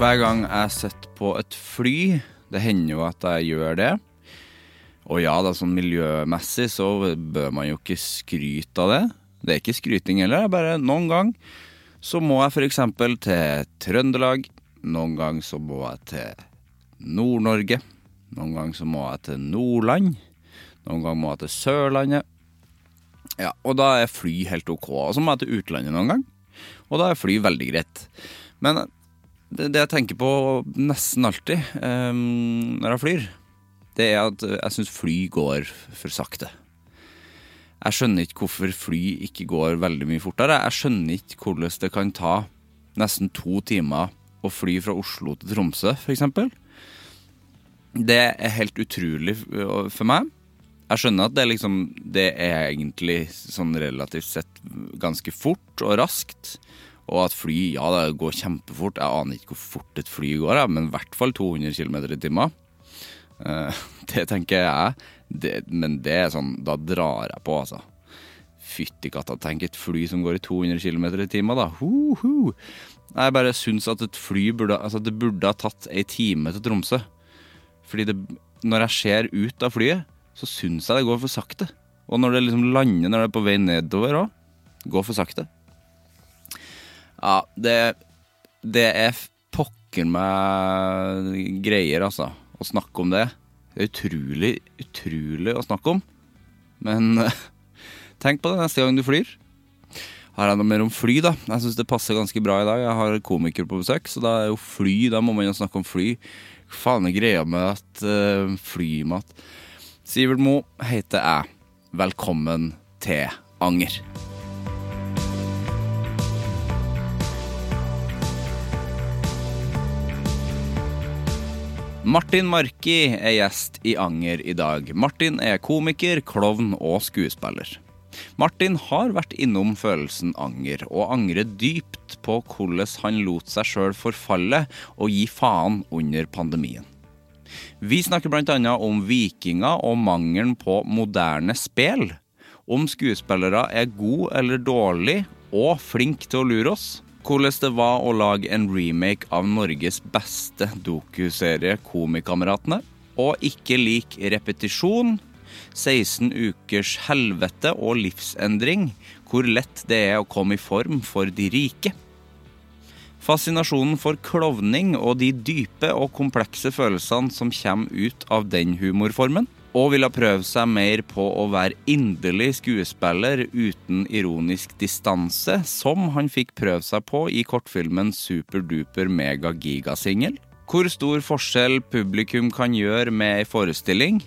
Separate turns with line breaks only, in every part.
Hver gang jeg sitter på et fly, det hender jo at jeg gjør det. Og ja, da, sånn miljømessig så bør man jo ikke skryte av det. Det er ikke skryting heller, det er bare noen gang så må jeg f.eks. til Trøndelag. Noen gang så må jeg til Nord-Norge. Noen gang så må jeg til Nordland. Noen gang må jeg til Sørlandet. Ja, og da er fly helt ok. Og så må jeg til utlandet noen gang. Og da er fly veldig greit. Men det, det jeg tenker på nesten alltid eh, når jeg flyr, det er at jeg syns fly går for sakte. Jeg skjønner ikke hvorfor fly ikke går veldig mye fortere. Jeg skjønner ikke hvordan det kan ta nesten to timer å fly fra Oslo til Tromsø, f.eks. Det er helt utrolig f- for meg. Jeg skjønner at det, er liksom, det er egentlig sånn relativt sett ganske fort og raskt. Og at fly ja, det går kjempefort. Jeg aner ikke hvor fort et fly går, jeg, men i hvert fall 200 km i timen. Eh, Det tenker jeg. Det, men det er sånn, da drar jeg på, altså. Fytti katta, tenk et fly som går i 200 km i timen, da. Hu, hu. Jeg bare syns at et fly burde, altså, det burde ha tatt ei time til Tromsø. Fordi det, når jeg ser ut av flyet, så syns jeg det går for sakte. Og når det liksom lander når det er på vei nedover òg, går for sakte. Ja, det, det er f- pokker meg greier, altså. Å snakke om det. Det er utrolig, utrolig å snakke om. Men eh, tenk på det neste gang du flyr. Har jeg noe mer om fly, da? Jeg syns det passer ganske bra i dag. Jeg har komikere på besøk, så da er jo fly Da må man jo snakke om fly. Hva faen er greia med at eh, flymat Sivert Mo heter jeg. Velkommen til Anger. Martin Marki er gjest i Anger i dag. Martin er komiker, klovn og skuespiller. Martin har vært innom følelsen anger, og angrer dypt på hvordan han lot seg sjøl forfalle og gi faen under pandemien. Vi snakker bl.a. om vikinger og mangelen på moderne spel. Om skuespillere er gode eller dårlige, og flinke til å lure oss. Hvordan det var å lage en remake av Norges beste dokuserie, Komikameratene. Og ikke lik repetisjon. 16 ukers helvete og livsendring. Hvor lett det er å komme i form for de rike. Fascinasjonen for klovning og de dype og komplekse følelsene som kommer ut av den humorformen. Og ville prøve seg mer på å være inderlig skuespiller uten ironisk distanse, som han fikk prøve seg på i kortfilmen Superduper Mega Gigasingel. Hvor stor forskjell publikum kan gjøre med ei forestilling.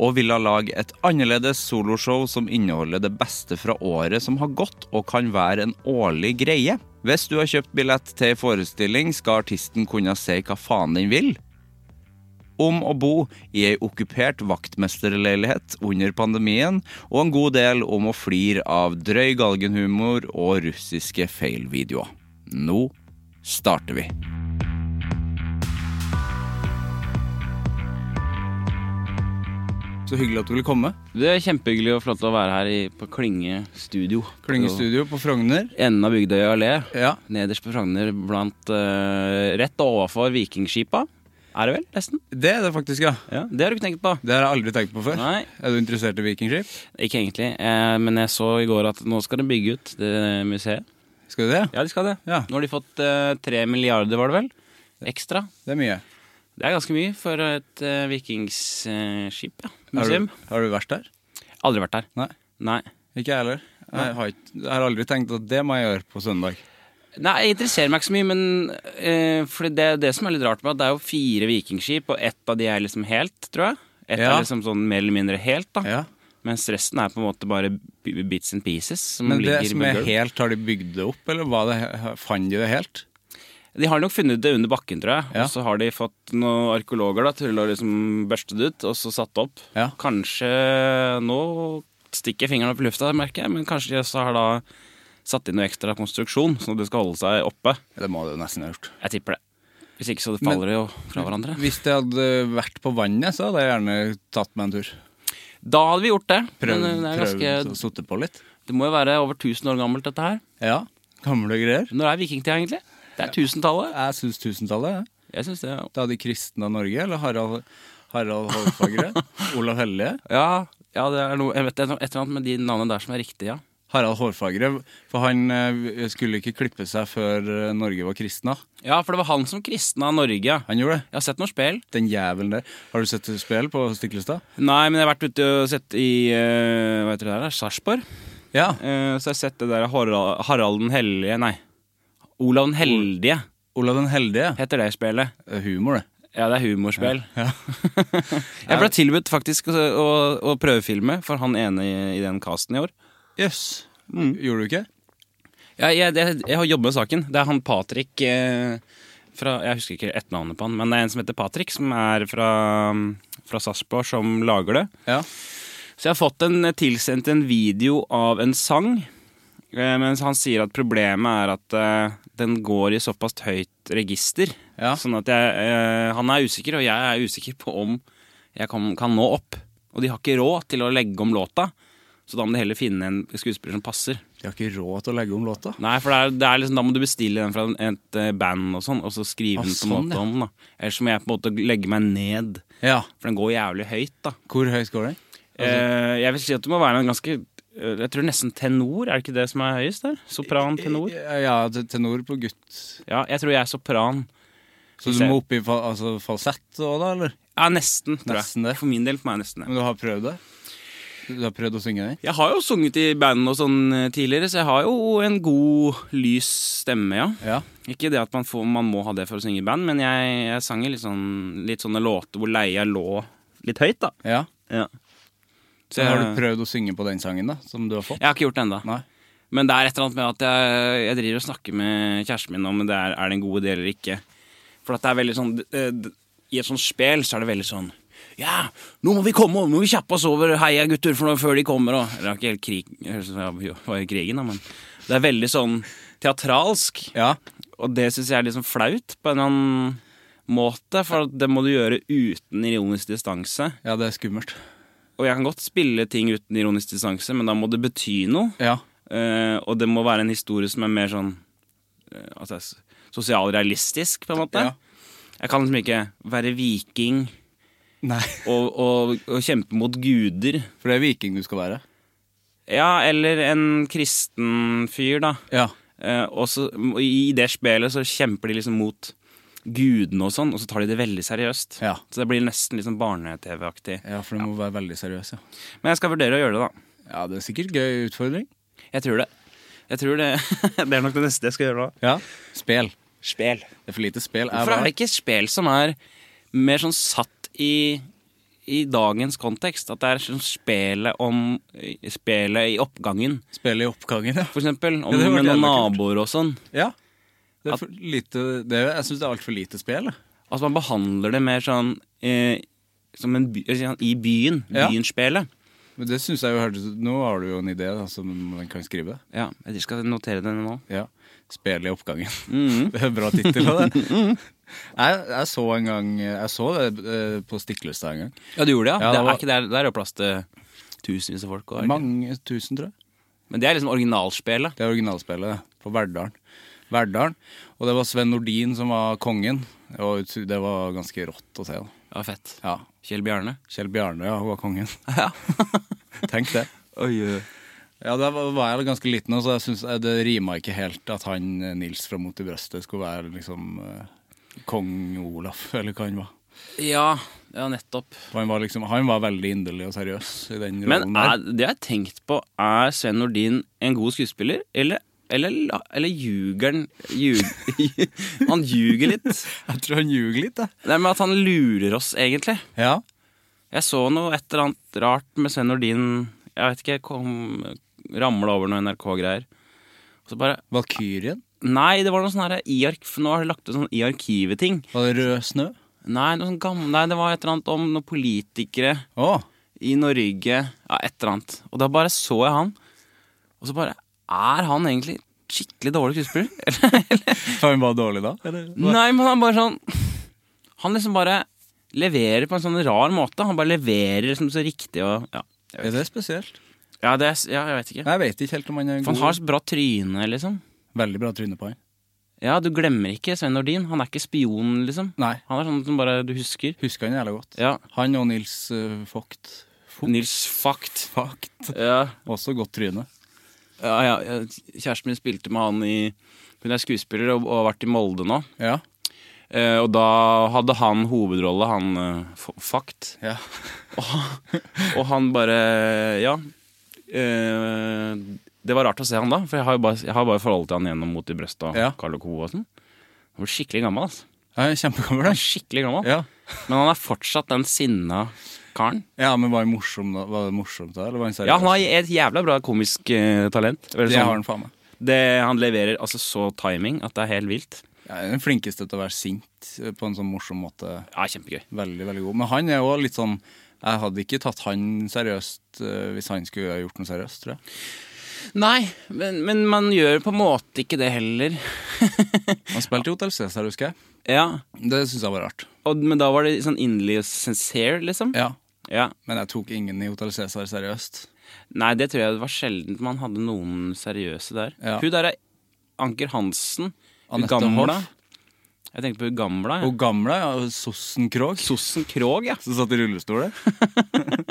Og ville lage et annerledes soloshow som inneholder det beste fra året som har gått, og kan være en årlig greie. Hvis du har kjøpt billett til en forestilling, skal artisten kunne si hva faen den vil. Om å bo i ei okkupert vaktmesterleilighet under pandemien, og en god del om å flire av drøy galgenhumor og russiske feilvideoer. Nå starter vi. Så hyggelig at du ville komme.
Det er kjempehyggelig og flott å være her i, på Klinge studio.
Klynge studio på Frogner.
Og Enden av Bygdøy allé,
Ja,
nederst på Frogner, blant eh, rett overfor Vikingskipa. Er det vel, nesten?
det er det faktisk, ja.
Ja, Det har du ikke tenkt på?
Det har jeg aldri tenkt på før.
Nei,
Er du interessert i vikingskip?
ikke egentlig. Eh, men jeg så i går at nå skal de bygge ut det museet.
Skal du det?
Ja, de skal det.
Ja.
Nå har de fått eh, tre milliarder, var det vel? Ekstra.
Det er mye.
Det er ganske mye for et uh, vikingskip, ja.
Har du,
Museum.
har du vært der?
Aldri vært der.
Nei.
Nei.
Ikke jeg heller. Jeg har, ikke, jeg har aldri tenkt at det må jeg gjøre på søndag.
Nei, jeg interesserer meg ikke så mye, men eh, fordi det, det som er litt rart med at det er jo fire vikingskip, og ett av de er liksom helt, tror jeg. Ett
Ja.
er liksom sånn mer eller mindre helt, da.
Ja.
Mens resten er på en måte bare b- bits and pieces. Som
Men det
ligger
som
med
er
gulv.
helt, har de bygd det opp, eller var det, fant de det helt?
De har nok funnet det under bakken, tror jeg.
Ja.
Og så har de fått noen arkeologer da, til å liksom børste det ut, og så satt det opp.
Ja.
Kanskje nå stikker jeg fingeren opp i lufta, merker jeg, men kanskje de også har da satt inn noe ekstra konstruksjon, sånn at det skal holde seg oppe.
Det må det jo nesten ha gjort.
Jeg tipper det. Hvis ikke så det faller det jo fra hverandre.
Hvis det hadde vært på vannet, så hadde jeg gjerne tatt meg en tur.
Da hadde vi gjort det.
Prøvd,
men eh, det,
prøvd
er
å
ganske,
sitte på litt.
det må jo være over 1000 år gammelt, dette her.
Ja, gamle greier.
Når er vikingtida, egentlig? Det er tusentallet.
Jeg syns tusentallet. ja.
Jeg synes det.
Da de kristne av Norge, eller Harald, Harald Hårfagre. Olav Hellige.
Ja, ja, det er noe Jeg vet det er noe- et eller annet med de navnene der som er riktige, ja.
Harald Hårfagre, for han eh, skulle ikke klippe seg før eh, Norge var kristna.
Ja, for det var han som kristna Norge. Jeg
Han gjorde det.
har sett noen spel.
Den jævelen der. Har du sett det spill på Stiklestad?
Nei, men jeg har vært ute og sett i eh, hva heter det der, Sarpsborg.
Ja.
Eh, så jeg har sett det der Harald, Harald den hellige Nei. Olav den heldige
Olav den heldige.
heter det spillet.
Eh, Humor, det.
Ja, det er humorspill. jeg ble tilbudt faktisk å, å, å prøvefilme for han ene i, i den casten i år.
Jøss. Mm. Gjorde du ikke?
Jeg, jeg, jeg, jeg har jobbet med saken. Det er han Patrick eh, fra, Jeg husker ikke etternavnet på han, men det er en som heter Patrick, som er fra, fra Sarpsborg, som lager det.
Ja.
Så jeg har fått en, eh, tilsendt en video av en sang, eh, mens han sier at problemet er at eh, den går i såpass høyt register.
Ja.
Sånn at jeg, eh, han er usikker, og jeg er usikker på om jeg kan, kan nå opp. Og de har ikke råd til å legge om låta, så da må de heller finne en skuespiller som passer.
De har ikke råd til å legge om låta.
Nei, for det er, det er liksom, da må du bestille den fra et eh, band og sånn, og så skrive
Ah,
den på en
sånn,
måte
ja.
om. da. Ellers må jeg på en måte legge meg ned,
Ja.
for den går jævlig høyt. da.
Hvor høyt går den? Altså-
Eh, jeg vil si at det må være en ganske eh, Jeg tror nesten tenor, er det ikke det som er høyest der? Sopran,
Eh,
tenor?
Ja, te- tenor på gutt.
Ja, jeg tror jeg er sopran.
Så du
Ser-
må opp i fa altså falsett òg, da? eller?
Ja, nesten, tror jeg.
Nesten det.
For min del for meg er nesten det.
Men du har prøvd det? Du har prøvd å synge den?
Jeg har jo sunget i band og sånn eh, tidligere, så jeg har jo en god, lys stemme, ja.
Ja.
Ikke det at man, får, man må ha det for å synge i band, men jeg, jeg sang i litt, sånn, litt sånne låter hvor leia lå litt høyt, da.
ja.
Ja. Så
Men
jeg,
har du prøvd å synge på den sangen, da? Som du har fått?
jeg har ikke gjort det ennå.
Nei.
Men det er et eller annet med at jeg, jeg driver og snakker med kjæresten min om det er, er det en god idé eller ikke. For at det er veldig sånn eh, d- I et sånt spel så er det veldig sånn Ja, nå må vi komme, nå må vi kjappe oss over, heia gutter, for nå før de kommer og Det er ikke helt krig, det høres ut som jeg var i krigen, da, men det er veldig sånn teatralsk.
Ja.
Og det syns jeg er litt sånn flaut på en eller annen måte, for at det må du gjøre uten ironisk distanse.
ja, det er skummelt.
Og jeg kan godt spille ting uten ironisk distanse, men da må det bety noe.
Ja.
Eh, og det må være en historie som er mer sånn eh, altså, s- sosialrealistisk, på en måte.
Ja.
Jeg kan liksom ikke være viking
Nei.
og, og, og kjempe mot guder.
For det er viking du skal være.
Ja, eller en kristen fyr, da.
Ja.
Eh, og så, og I det spelet så kjemper de liksom mot gudene og sånn, og så tar de det veldig seriøst.
Ja.
Så det blir nesten litt sånn barne-TV-aktig.
Ja, for du må være veldig seriøs, ja.
Men jeg skal vurdere å gjøre det, da.
Ja, det er sikkert gøy utfordring.
Jeg tror det. Jeg tror det, det er nok det neste jeg skal gjøre nå.
Ja. Spel.
Spel.
Det er for lite spel. Jeg
Hvorfor
var-
er det ikke spel som er mer sånn satt i, i dagens kontekst? At det er sånn spelet om Spelet i oppgangen,
Spillet i oppgangen, ja.
for eksempel. Om,
Ja, det hadde vært
med
jævlig
noen
kult.
naboer og sånn.
Ja. Det er
At-
for lite, det er, jeg syns det er altfor lite spel. jeg.
At man behandler det mer sånn eh, som en by, eller sånn, i byen.
Ja.
Byenspelet.
Men det synes jeg jo hørtes ut Nå har du jo en idé da, som man kan skrive.
Ja, jeg skal notere det nå.
Ja. Spel i oppgangen. Det er en bra tittel av det. jeg, jeg så en gang Jeg så det eh, på Stiklestad en gang.
Ja, du gjorde det, ja?
Ja,
det
det var-
er ikke der, der er jo plass til tusenvis av folk. Og,
Mange tusen, tror jeg.
Men det er liksom originalspelet.
Det er originalspillet det, på Verdalen. Verdalen. Og det var Sven Nordin som var kongen. Det var, ut- det var ganske rått å se. Da.
Ja, fett.
Ja.
Kjell Bjarne.
Kjell Bjarne ja, var kongen. Tenk det. Ja, Da var var jeg ganske liten, og så jeg synes jeg det rima ikke helt at han eh, Nils fra Mot i brøstet skulle være liksom eh, kong Olaf, eller hva han var.
Ja, ja nettopp.
For Han var, liksom, han var veldig inderlig og seriøs i den rollen
Men er,
der.
det jeg har tenkt på, er Sven Nordin en god skuespiller, eller eller, la- eller ljuger han ljug, Han ljuger litt.
Jeg tror han ljuger litt, jeg.
Det er med at han lurer oss, egentlig.
Ja.
Jeg så noe et eller annet rart med Sven Nordin Jeg vet ikke, kom ramla over noe NRK-greier. Og så bare
Valkyrien?
Nei, det var noe sånn her i ark, for Nå har de lagt ut sånn i arkivet-ting.
Var det Rød snø?
Nei, noe sånn gamle, nei, det var et eller annet om noen politikere
Å!
i Norge. Ja, et eller annet. Og da bare så jeg han, og så bare Er han egentlig skikkelig dårlig skuespiller? Eller- eller-
Han var dårlig da?
nei, men han bare sånn Han liksom bare leverer på en sånn rar måte. Han bare leverer liksom så riktig og Ja, jeg vet,
Er det spesielt?
ja, det, er s- ja, jeg vet ikke.
Nei, Jeg vet ikke helt om han er
For
god.
han har så bra tryne, liksom.
Veldig bra tryne på han.
Ja, du glemmer ikke Sven Nordin. Han er ikke spion, liksom.
Nei,
Han er sånn som bare du husker.
husker han jævla godt.
Ja.
Han og Nils uh, Vogt.
Nils Fakt.
Vogt.
Ja.
Også godt tryne.
Ja, ja, ja, kjæresten min spilte med han i Hun er skuespiller og, og har vært i Molde nå.
Ja.
Eh, og da hadde han hovedrolle, han eh, F- Fakt.
ja.
Og han bare Ja. Eh, det var rart å se han da, for jeg har jo bare, jeg har bare forholdet til han gjennom Mot i brøstet og
Ja.
Carl og Co. og sånn. Han var skikkelig gammel, altså.
Jeg er kjempegammel,
Han
han.
er skikkelig gammel.
Ja.
Men han er fortsatt den sinna karen.
ja, men var, han morsom, da? var det morsomt da? Eller var han seriøs?
Ja, han har et jævla bra komisk eh, talent. Eller
Det har
sånn.
han faen meg.
det, han leverer altså så timing at det er helt vilt.
Ja, han er den flinkeste til å være sint eh, på en sånn morsom måte.
Ja, kjempegøy.
Veldig, veldig god. Men han er jo litt sånn Jeg hadde ikke tatt han seriøst eh, hvis han skulle ha gjort noe seriøst, tror jeg.
Nei, men, men man gjør på en måte ikke det heller.
Han spilte i Hotell Cæsar, husker jeg.
Ja,
Det syns jeg var rart.
og, Men da var det sånn inderlig og sincere, liksom?
Ja,
Ja.
Men jeg tok ingen i Hotell Cæsar seriøst.
Nei, det tror jeg det var sjeldent man hadde noen seriøse der.
Ja.
Hun der er Anker Hansen. Hun
Anette
gamla.
Hoff.
Jeg tenker på hun gamla. Ja.
Og gamle, ja, Sossen Krog,
Sossen Krog, ja.
som satt i rullestol der.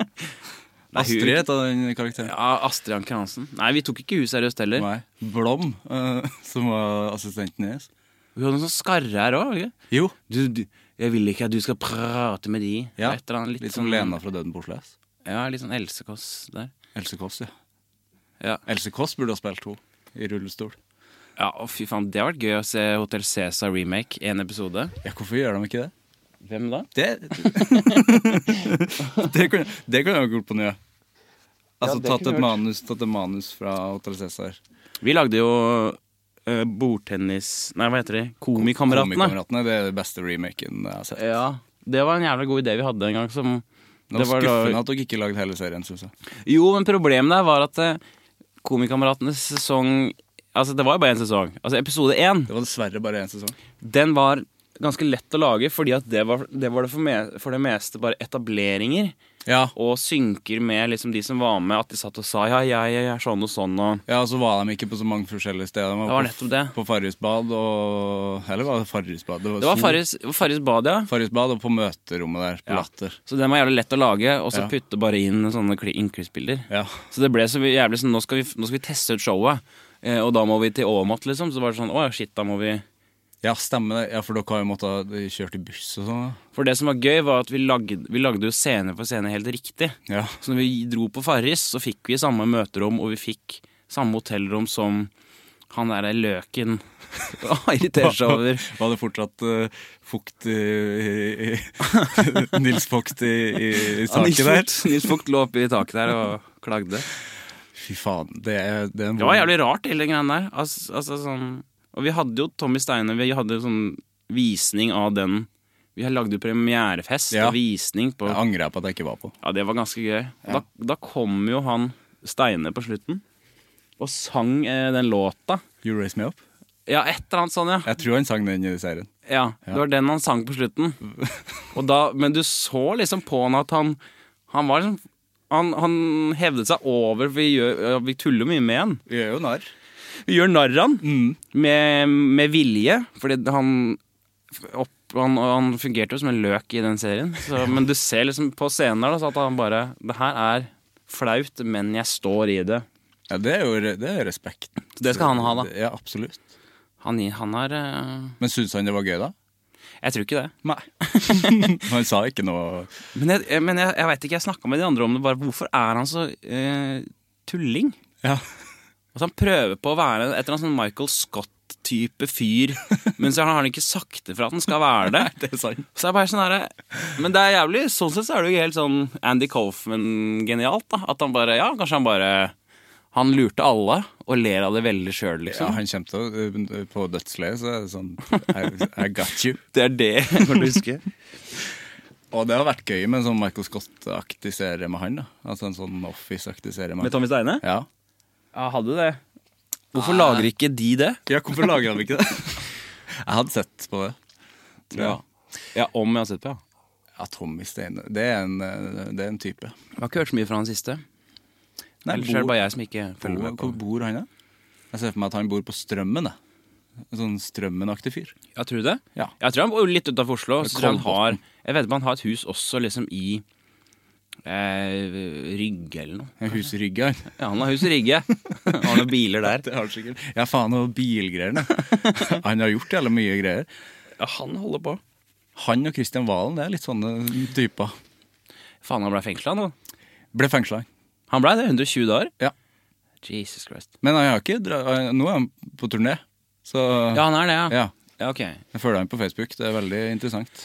Astrid het den karakteren.
ja. Astrid Anker Hansen. Nei, vi tok ikke hun seriøst heller.
Nei. Blom, eh, som var assistenten hennes.
Hun hadde noen sånn skarre her òg.
Jo.
Du, du, jeg vil ikke at du skal prate med de.
Ja,
Et eller annet,
Litt, som Lena fra Døden Porsles.
Ja, litt sånn Else Kåss der.
Else Kåss, ja.
Ja.
Else Kåss burde ha spilt henne i rullestol.
Ja, og fy faen, Det har vært gøy å se Hotell Cæsar remake, én episode.
Ja, hvorfor gjør de ikke det?
Hvem da?
Det Det kunne det kunne jeg jo gjort på nye. Altså
det
tatt,
kunne
et
jeg gjort.
manus, tatt et manus fra Hotell Cæsar.
Vi lagde jo eh, bordtennis... Nei, hva heter de? Komikameratene.
Komikameratene. Det er det beste remaken jeg har sett.
Ja, det var en jævla god idé vi hadde en gang. Som
Det var
da-
skuffende at dere ikke lagde hele serien, syns jeg.
Jo, men problemet der var at eh, Komikameratenes sesong Altså, det var jo bare én sesong. Altså, Episode én
Det var dessverre bare én sesong.
den var ganske lett å lage, fordi at det var det, var det for, me, for det meste bare etableringer.
Ja,
Og synker med liksom de som var med, at de satt og sa ja, jeg, jeg er sånn og sånn og
ja og så var de ikke på så mange forskjellige steder. De
Det var
på-
nettopp det.
På Farrisbad og Eller var det Farrisbad?
Det var
Sol-
Farris, Farris bad, ja.
Farrisbad og på møterommet der, på
Ja.
Latter.
Så den var jævlig lett å lage, og så
Ja.
putte bare inn sånne kli- innklippsbilder.
Ja.
Så det ble så jævlig sånn nå skal, vi, nå skal vi teste ut showet, eh, og da må vi til Åmot, liksom. Så var det sånn å ja, shit, da må vi
ja, stemmer det. Ja, for dere har jo måttet kjøre til buss og sånn.
For det som var gøy, var at vi lagde, vi lagde jo scene for scene helt riktig.
da. Ja.
Så når vi dro på Farris, så fikk vi samme møterom, og vi fikk samme hotellrom som han derre løken irriterer seg over.
Var det fortsatt eh, fukt i, i, i Nils Vogt i, i, i
Nils
taket der?
Vogt- Nils Vogt lå oppe i taket der og klagde.
Fy faen, det er, det er en
Det var jævlig rart, hele den greien der. Altså, altså, sånn, og vi hadde jo Tommy Steine, vi hadde jo sånn visning av den. Vi har lagd jo premierefest
Ja.
og visning på
Jeg
Ja,
angrer på at jeg ikke var på.
det var ganske gøy. Da, da kom jo han Steine på slutten og sang eh, den låta.
You Raise Me Up?
Ja, et eller annet sånn, ja.
Jeg tror han sang den i serien.
ja. Det var den han sang på slutten. Og da, men du så liksom på han at han Han var liksom han, han hevdet seg over, for vi, gjør, ja, vi tuller mye med han.
Vi er jo narr.
Vi gjør narr av han
Mm.
med, med vilje, fordi han, opp, han, han fungerte jo som en løk i den serien. Så, men du ser liksom på scenen der da, så at han bare Det her er flaut, men jeg står i det.
Ja, det er jo re- det er respekt.
Så det skal han ha, da.
Ja, absolutt.
Han, han har eh,
Men syns han det var gøy, da?
Jeg tror ikke det.
Nei. han sa ikke noe
Men jeg, jeg- men jeg, jeg veit ikke, jeg snakka med de andre om det. bare Hvorfor er han så eh, tulling?
Ja.
Altså Han prøver på å være et eller annet sånn Michael Scott-type fyr, men så har han ikke sagt det for at han skal være det.
Det er sant.
Så jeg er bare sånn herre Men det er jævlig. Sånn sett så er det jo helt sånn Andy Coffman-genialt. da At han bare Ja, kanskje han bare Han lurte alle, og ler av det veldig sjøl,
Ja,
liksom.
han kommer til å eh, På dødsleiet så er det sånn I, I got you.
Det er det jeg kommer til å huske.
Og det har vært gøy med en sånn Michael Scott-aktig serie med han. da Altså en sånn Office-aktig serie med
Med
han.
Tommy Steine?
Ja.
Ja, hadde det. Hvorfor lager ikke de det?
ja, hvorfor lager han ikke det? Jeg hadde sett på det. Tror jeg.
ja om jeg har sett på, ja.
Ja, Tommy Steine. Det er en, eh, det er en type.
Jeg har ikke hørt så mye fra han siste.
Nei,
Ellers
bor-
er det bare jeg som ikke følger
Hvor,
med på
hvor bor han, da? Jeg ser for meg at han bor på Strømmen. Jeg. En sånn Strømmen-aktig fyr.
Jeg tror det.
Ja.
Jeg tror han bor litt utafor Oslo. Så tror jeg han har,
Kolbotn.
jeg vet ikke om han har et hus også liksom i eh, Rygge eller noe.
En husrygg, han.
Ja, han har hus i Rygge. Han har noen biler der.
Det har han sikkert. Ja, faen, og bilgreiene. Han har gjort jævla mye greier.
Ja, han holder på.
Han og Kristian Valen det er litt sånne typer.
Faen, han ble fengsla nå.
Ble fengsla.
Han blei det. 120 dager.
Ja.
Jesus Christ.
Men han har ikke dra... nå er han på turné. Så
Ja, han er det, ja.
Ja.
ja ok.
Jeg følger han på Facebook. Det er veldig interessant.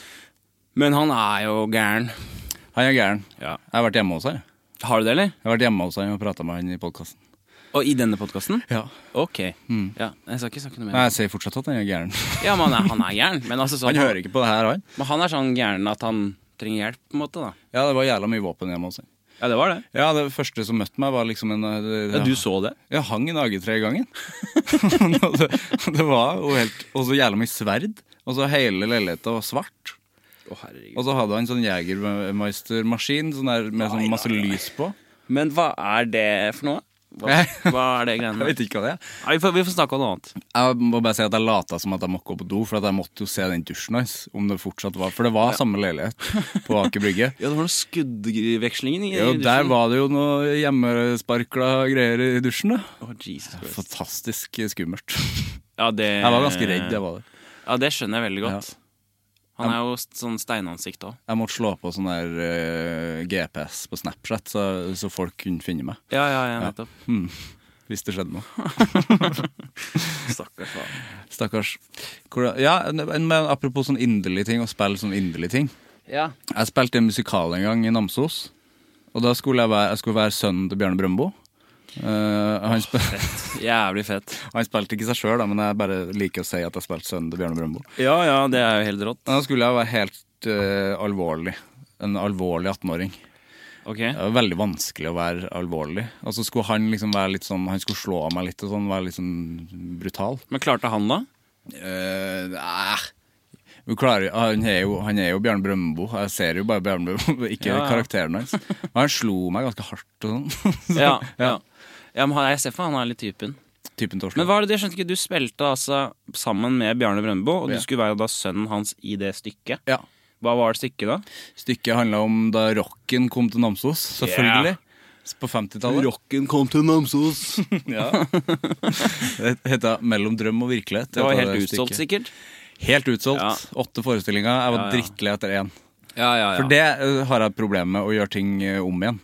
Men han er jo gæren.
Han er gæren.
Ja.
Jeg har vært hjemme hos han. jeg.
Har du det, eller?
Jeg har vært hjemme hos han og prata med han i podkasten.
Og i denne podkasten?
Ja.
Ok. Ja, jeg skal ikke snakke noe mer.
Nei, jeg sier fortsatt at han er gæren.
Ja, men han er, han er gæren. Men, altså, sånn,
Han hører ikke på det her, han.
men han er sånn gæren at han trenger hjelp, på en måte. da
Ja, det var jævla mye våpen hjemme hos han.
Ja, det var det.
Ja, det første som møtte meg, var liksom en
Ja, Du så det?
Jeg hang en AG3 i gangen. Og det, det var jo helt Og så jævla mye sverd. Og så hele leiligheta var svart.
Å, herregud.
Og så hadde han sånn Jegermeister-maskin sånn der, med sånn masse lys på.
Men hva er det for noe? Hva, hva er det greiene
Jeg
med?
vet ikke hva det er.
Nei, Vi, får- vi får snakke om noe annet.
Jeg må bare si at jeg lata som at jeg måtte gå på do, for at jeg måtte jo se den dusjen hans. Om det fortsatt var For det var samme leilighet på Aker Brygge.
Ja, det var noen skuddvekslinger i
Jo, der var det jo noe hjemmesparkla greier i dusjen, da.
Jesus Christ.
Fantastisk skummelt.
Ja, det,
Jeg var ganske redd,
Eh.
jeg var det.
Ja, det skjønner jeg veldig godt. Han er jo st- sånn steinansikt òg.
Jeg måtte slå på sånn der eh, GPS på Snapchat, så, så folk kunne finne meg
Ja, ja, ja, nettopp.
hvis det skjedde noe.
Stakkars faen.
Stakkars. Hvordan- Ja, men apropos sånn inderlige ting, å spille sånn inderlige ting.
Ja.
Jeg spilte en musikal en gang i Namsos. Og da skulle jeg være, jeg skulle være sønnen til Bjørne Brøndbo. Eh, han, spil,
Jævlig fett.
han spilte ikke seg sjøl, men jeg bare liker å si at jeg spilte sønnen til Bjørne Brøndbo.
Ja, ja, det er jo helt rått.
Da skulle jeg være helt eh, alvorlig. En alvorlig 18-åring.
Ok.
Det var veldig vanskelig å være alvorlig. Og så skulle han liksom være litt sånn Han skulle slå av meg litt og sånn, være litt sånn brutal.
Men klarte han, da?
Eh, nei. Du klarer, han, er jo, han er jo Bjørn Brøndbo. Jeg ser jo bare Bjørn Brøndbo, ikke
Ja, ja.
karakteren hans. Og han slo meg ganske hardt og sånn. Så,
Ja, ja. ja men han- jeg ser for meg han er litt typen.
Typen Torstein.
Men hva er det, jeg skjønte ikke, du spilte altså sammen med Bjarne Brøndbo, og du
Ja.
skulle være da sønnen hans i det stykket.
Ja.
Hva var det stykket da?
Stykket handla om da rocken kom til Namsos, selvfølgelig. På 50-tallet.
Rocken kom til Namsos.
Ja. Det heta 'Mellom drøm og virkelighet'.
Det var
heter
helt utsolgt,
stykket.
sikkert.
Helt utsolgt.
Ja.
Åtte forestillinger. Jeg var
Ja, ja.
drittlei etter én.
Ja, ja, ja.
For det eh, har jeg problem med, å gjøre ting eh, om igjen.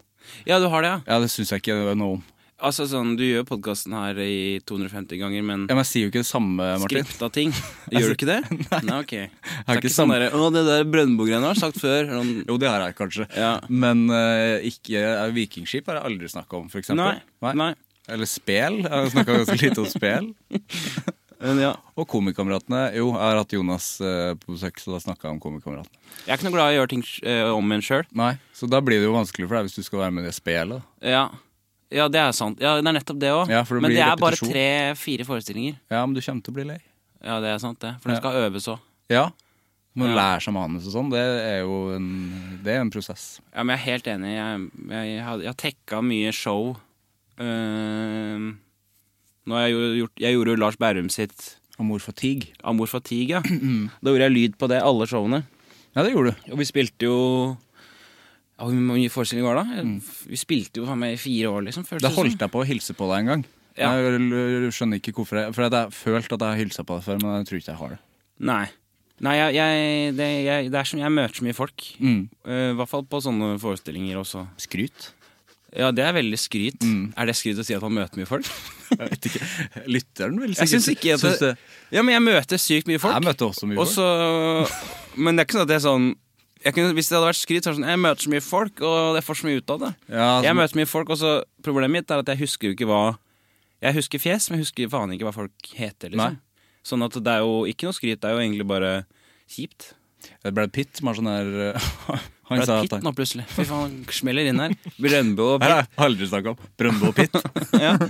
Ja, du har det, ja.
Ja, Det syns jeg ikke noe om.
Altså sånn, Du gjør podkasten her i 250 ganger, men
Ja, men jeg sier jo ikke det samme, Martin.
skripta ting. Gjør du ikke det? Nei, ok. Det er
ikke
ikke sånn
samme-
derre Å, det der Brøndbo-greiene har jeg sagt før. Sånn,
Jo, det har jeg kanskje.
Ja.
Men eh, ikke, eh, vikingskip har jeg aldri snakka om, for eksempel.
nei, nei.
Eller spel. Jeg har snakka ganske lite om spel.
Men ja.
Og Komikameratene. Jo, jeg har hatt Jonas eh, på besøk, så da snakka jeg om Komikameratene.
Jeg er ikke noe glad i å gjøre ting eh, om igjen sjøl.
Nei, Så da blir det jo vanskelig for deg hvis du skal være med i det spelet.
Ja. ja, det er sant. Ja, Det er nettopp det òg.
Ja, for det
men
blir
det er bare
repetisjon.
tre-fire forestillinger.
Ja, men du kommer til å bli lei.
Ja, det er sant, det. For den
Ja.
skal øves òg.
Ja. Men
Ja.
å lære seg manus og sånn, det er jo en, det er en prosess.
Ja, men jeg er helt enig. Jeg, jeg, jeg, har- jeg har tekka mye show. Uh, nå har jeg, jo gjort, jeg gjorde jo Lars Berrum sitt
Amor fatigue.
Amor Fatigue. ja. Da gjorde jeg lyd på det, alle showene.
Ja, det gjorde du.
Og vi spilte jo Ja, Hvor mye forestilling var det? da? Vi spilte jo faen meg i fire år, liksom. Før
Mm. Da holdt jeg på å hilse på deg en gang.
Ja.
Jeg l- l- skjønner ikke hvorfor jeg For jeg har følt at jeg har hilsa på deg før, men jeg tror ikke jeg har det.
Nei. Nei, jeg, jeg, det, jeg, det er som jeg møter så mye folk.
Mm.
Eh, I hvert fall på sånne forestillinger også.
Skryt?
Ja, det er veldig skryt. Er det skryt å si at man møter mye folk?
Mm. Jeg vet ikke. Lytteren vil
Jeg syns ikke at det, Ja, men jeg møter sykt mye folk.
Jeg møter også mye
Og så- Men det er ikke sånn at det er sånn jeg kunne, Hvis det hadde vært skryt, så er det sånn Jeg møter så mye folk, og jeg får så mye ut av det.
Ja,
jeg
sånn-
møter mye folk, og så Problemet mitt er at jeg husker jo ikke hva Jeg husker fjes, men jeg husker faen ikke hva folk
Nei.
heter. Liksom. Sånn at det er jo ikke noe skryt, det er jo egentlig bare kjipt.
folk. Brad Pitt som har sånn der uh, Han
Brad
sa
Pitt
at han
nå plutselig. Fy faen, han smeller inn her. Brøndbo og
Her har
Pitt.
jeg aldri snakka om. Brøndbo Pitt.
Ja.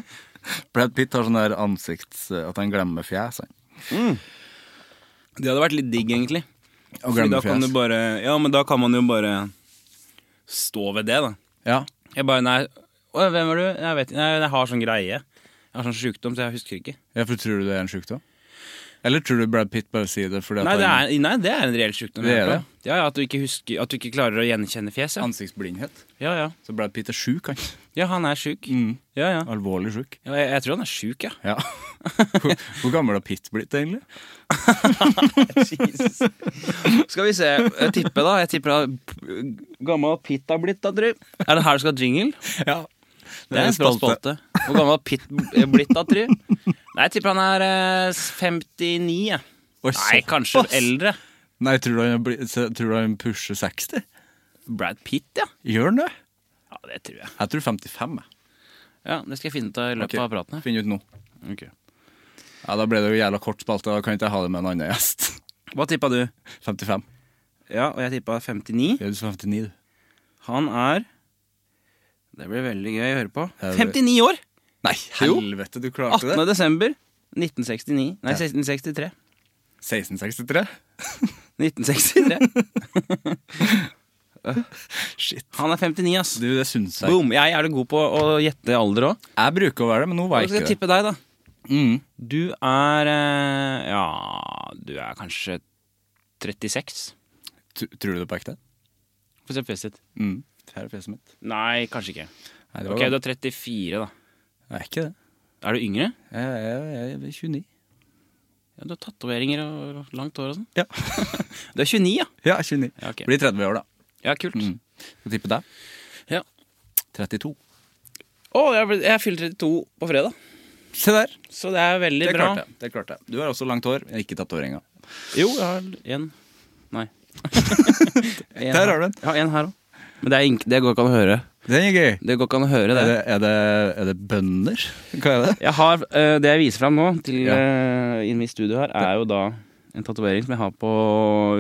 Brad Pitt har sånn der ansikts... At han glemmer fjes. han.
Det hadde vært litt digg, egentlig.
Og
Fordi da
glemmer
kan du
fjes.
bare Ja, men da kan man jo bare stå ved det, da.
Ja.
Jeg bare Nei, «Å, hvem er du? Jeg vet ikke. Nei, Jeg har sånn greie. Jeg har sånn sjukdom, så jeg husker ikke.
ja, for tror du det er en sjukdom? Eller tror du Brad Pitt bare sier det fordi at
Nei, det
han
er, nei, det er en reell sjukdom.
Det er
ja.
det.
Ja, ja, at du ikke husker At du ikke klarer å gjenkjenne fjes, ja.
Ansiktsblindhet.
Ja, ja.
Så Brad Pitt er sjuk, han.
ja han er sjuk. Ja, ja.
Alvorlig sjuk.
ja jeg, jeg tror han er sjuk, ja.
Ja. Hvor, hvor gammel har Pitt blitt, egentlig?
Skal vi se. Jeg tipper, da. Jeg tipper da Gammel Pitt har blitt, da, tru. Er det her du skal ha jingle?
Ja.
Det er en bra spalte. Hvor gammel har Pitt blitt, da, tru? Nei, jeg tipper han er eh, 59, jeg.
Oi,
Nei, kanskje
såpass.
eldre.
Nei, tror du, han har blitt, så- tror du han pusher 60?
Brad Pitt, ja.
Gjør han det?
Ja, det tror jeg.
Jeg tror 55. Jeg.
Ja, Det skal jeg finne ut av i løpet
Ok,
av praten. her
Finn ut nå. Ja, Da ble det jo jævla kort spalte. Da kan ikke jeg ha det med en annen gjest.
Hva tippa du?
55.
Ja, og jeg tippa 59.
Ja, Du sa 59, du.
Han er Det blir veldig gøy å høre på.
Ja, det-
59 år!
Nei,
Jo.
helvete, du klarte
18.
det.
desember 1969. Nei, 1663.
1663?
1963.
Shit.
Han er 59, ass.
Du, det syns jeg.
Boom. Jeg er jævlig god på å gjette alder òg.
Jeg bruker å være det, men nå var
Hva
jeg
skal jeg
ikke det.
tippe deg, da?
Mm.
Du er eh, Ja, du er kanskje 36?
T- Tror du det på ekte?
Få se fjeset ditt.
Mm. Her er fjeset mitt.
Nei, kanskje ikke.
Nei, det var
Ok, du er 34, da.
Jeg er ikke det.
Er du yngre?
Jeg er, jeg er 29.
Ja, Du har tatoveringer og langt hår og sånn.
Ja.
Du er 29, ja. Mm.
Ja, 29.
Ja, ok.
Blir 30 år, da. Mm.
Ja, kult. Å,
Skal tippe deg.
Ja.
32.
jeg, ble- jeg fyller 32 på fredag,
Se der.
så det er veldig
Det
bra.
klarte jeg. det klarte jeg. Du har også langt hår. Ikke tatoveringa.
Jo, jeg har en Nei. en
Der har du den.
Ja, en her òg. Men det, er ink- det går ikke an å høre.
Den er gøy.
Det går ikke an å høre,
Er
det.
det, er det, er det bønder? Hva er det?
Jeg har, eh, det jeg viser fram nå, til,
Ja.
eh, i mitt studio her, er jo da en tatovering som jeg har på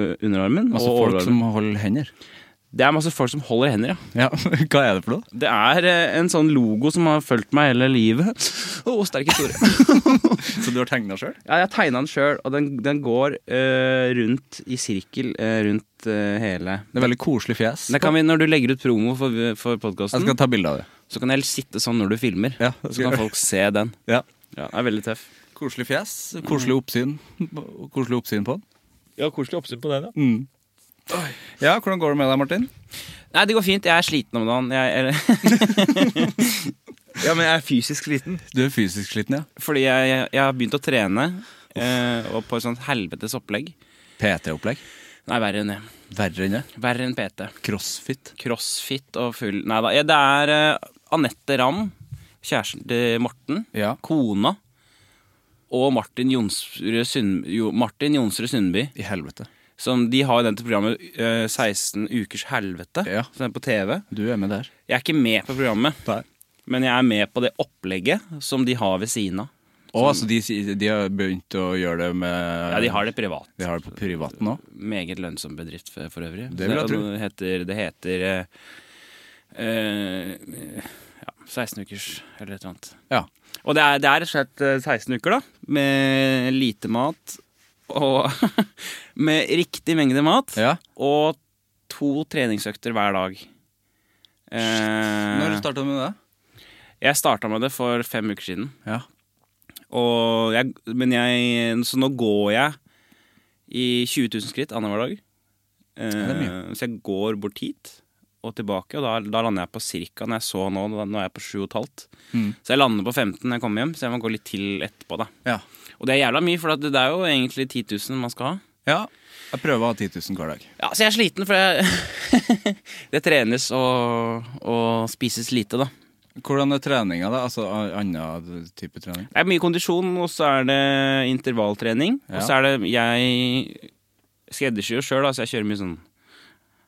eh, underarmen.
Masse
og
folk
overarmen.
som holder hender.
Det er masse folk som holder hender, ja.
Ja, Hva er det for noe?
Det er eh, en sånn logo som har fulgt meg hele livet. Å, sterk historie.
Så du har tegna sjøl?
Ja, jeg tegna den sjøl, og den, den går eh, rundt i sirkel eh, rundt eh, hele
Det er veldig koselig fjes.
det kan vi, Når du legger ut promo for, for
Jeg
podkasten,
skal ta bilde av det.
så kan jeg sitte sånn når du filmer.
Ja, det
så
skal
kan
jeg.
folk se den.
Ja.
Ja, det er veldig tøff.
Koselig fjes. Koselig oppsyn. Koselig oppsyn på den.
Ja, Koselig oppsyn på den, ja.
Ja, Hvordan går det med deg, Martin?
Nei, det går fint. Jeg er sliten om dagen. Jeg, eller,
Ja, men jeg er fysisk sliten.
Du er fysisk sliten, ja.
fordi jeg, jeg, jeg har begynt å trene, eh, og på et sånt helvetes opplegg.
PT-opplegg.
Nei, verre enn det.
Verre enn det.
Verre enn PT.
Crossfit.
Crossfit og full Nei da. Ja, det er eh, Anette Ramm, kjæresten til Morten.
Ja.
kona og Martin Jonsrud Sund- jo, Martin Jonsrud Sundby.
I helvete.
Som de har jo den til programmet eh, 16 ukers helvete,
Ja.
som er på TV.
Du er med der.
Jeg er ikke med på programmet,
Nei.
men jeg er med på det opplegget som de har ved siden av.
Å, altså de, sier- de har begynt å gjøre det med
Ja, De har det privat.
De har det på privaten òg.
Meget lønnsom bedrift for, for øvrig.
Det vil jeg
Så
tro.
Det heter, det heter eh, eh, ja, 16 ukers eller et eller annet.
Ja.
Og det er, det er rett og slett eh, 16 uker, da. Med lite mat. Og med riktig mengde mat.
ja.
Og to treningsøkter hver dag. Eh,
starta du med det?
jeg starta med det for fem uker siden.
Ja.
Og jeg, men jeg Så nå går jeg i 20 000 skritt annenhver dag. Eh,
er mye.
så jeg går bort hit, og tilbake, og da, da lander jeg på cirka når jeg så nå, da- nå er jeg på 7,5.
Mm.
Så jeg lander på 15 når jeg kommer hjem, så jeg må gå litt til etterpå, da.
Ja.
Og det er jævla mye, for at det er jo egentlig 10 000 man skal ha.
ja. Jeg prøver å ha 10 000 hver dag.
Ja, så jeg er sliten, for jeg Det trenes og, og spises lite, da.
Hvordan er treninga, da? Altså a- annen type trening?
Det er mye kondisjon, og så er det intervalltrening. Og så er det Jeg skreddersyr jo sjøl, da, så jeg kjører mye sånn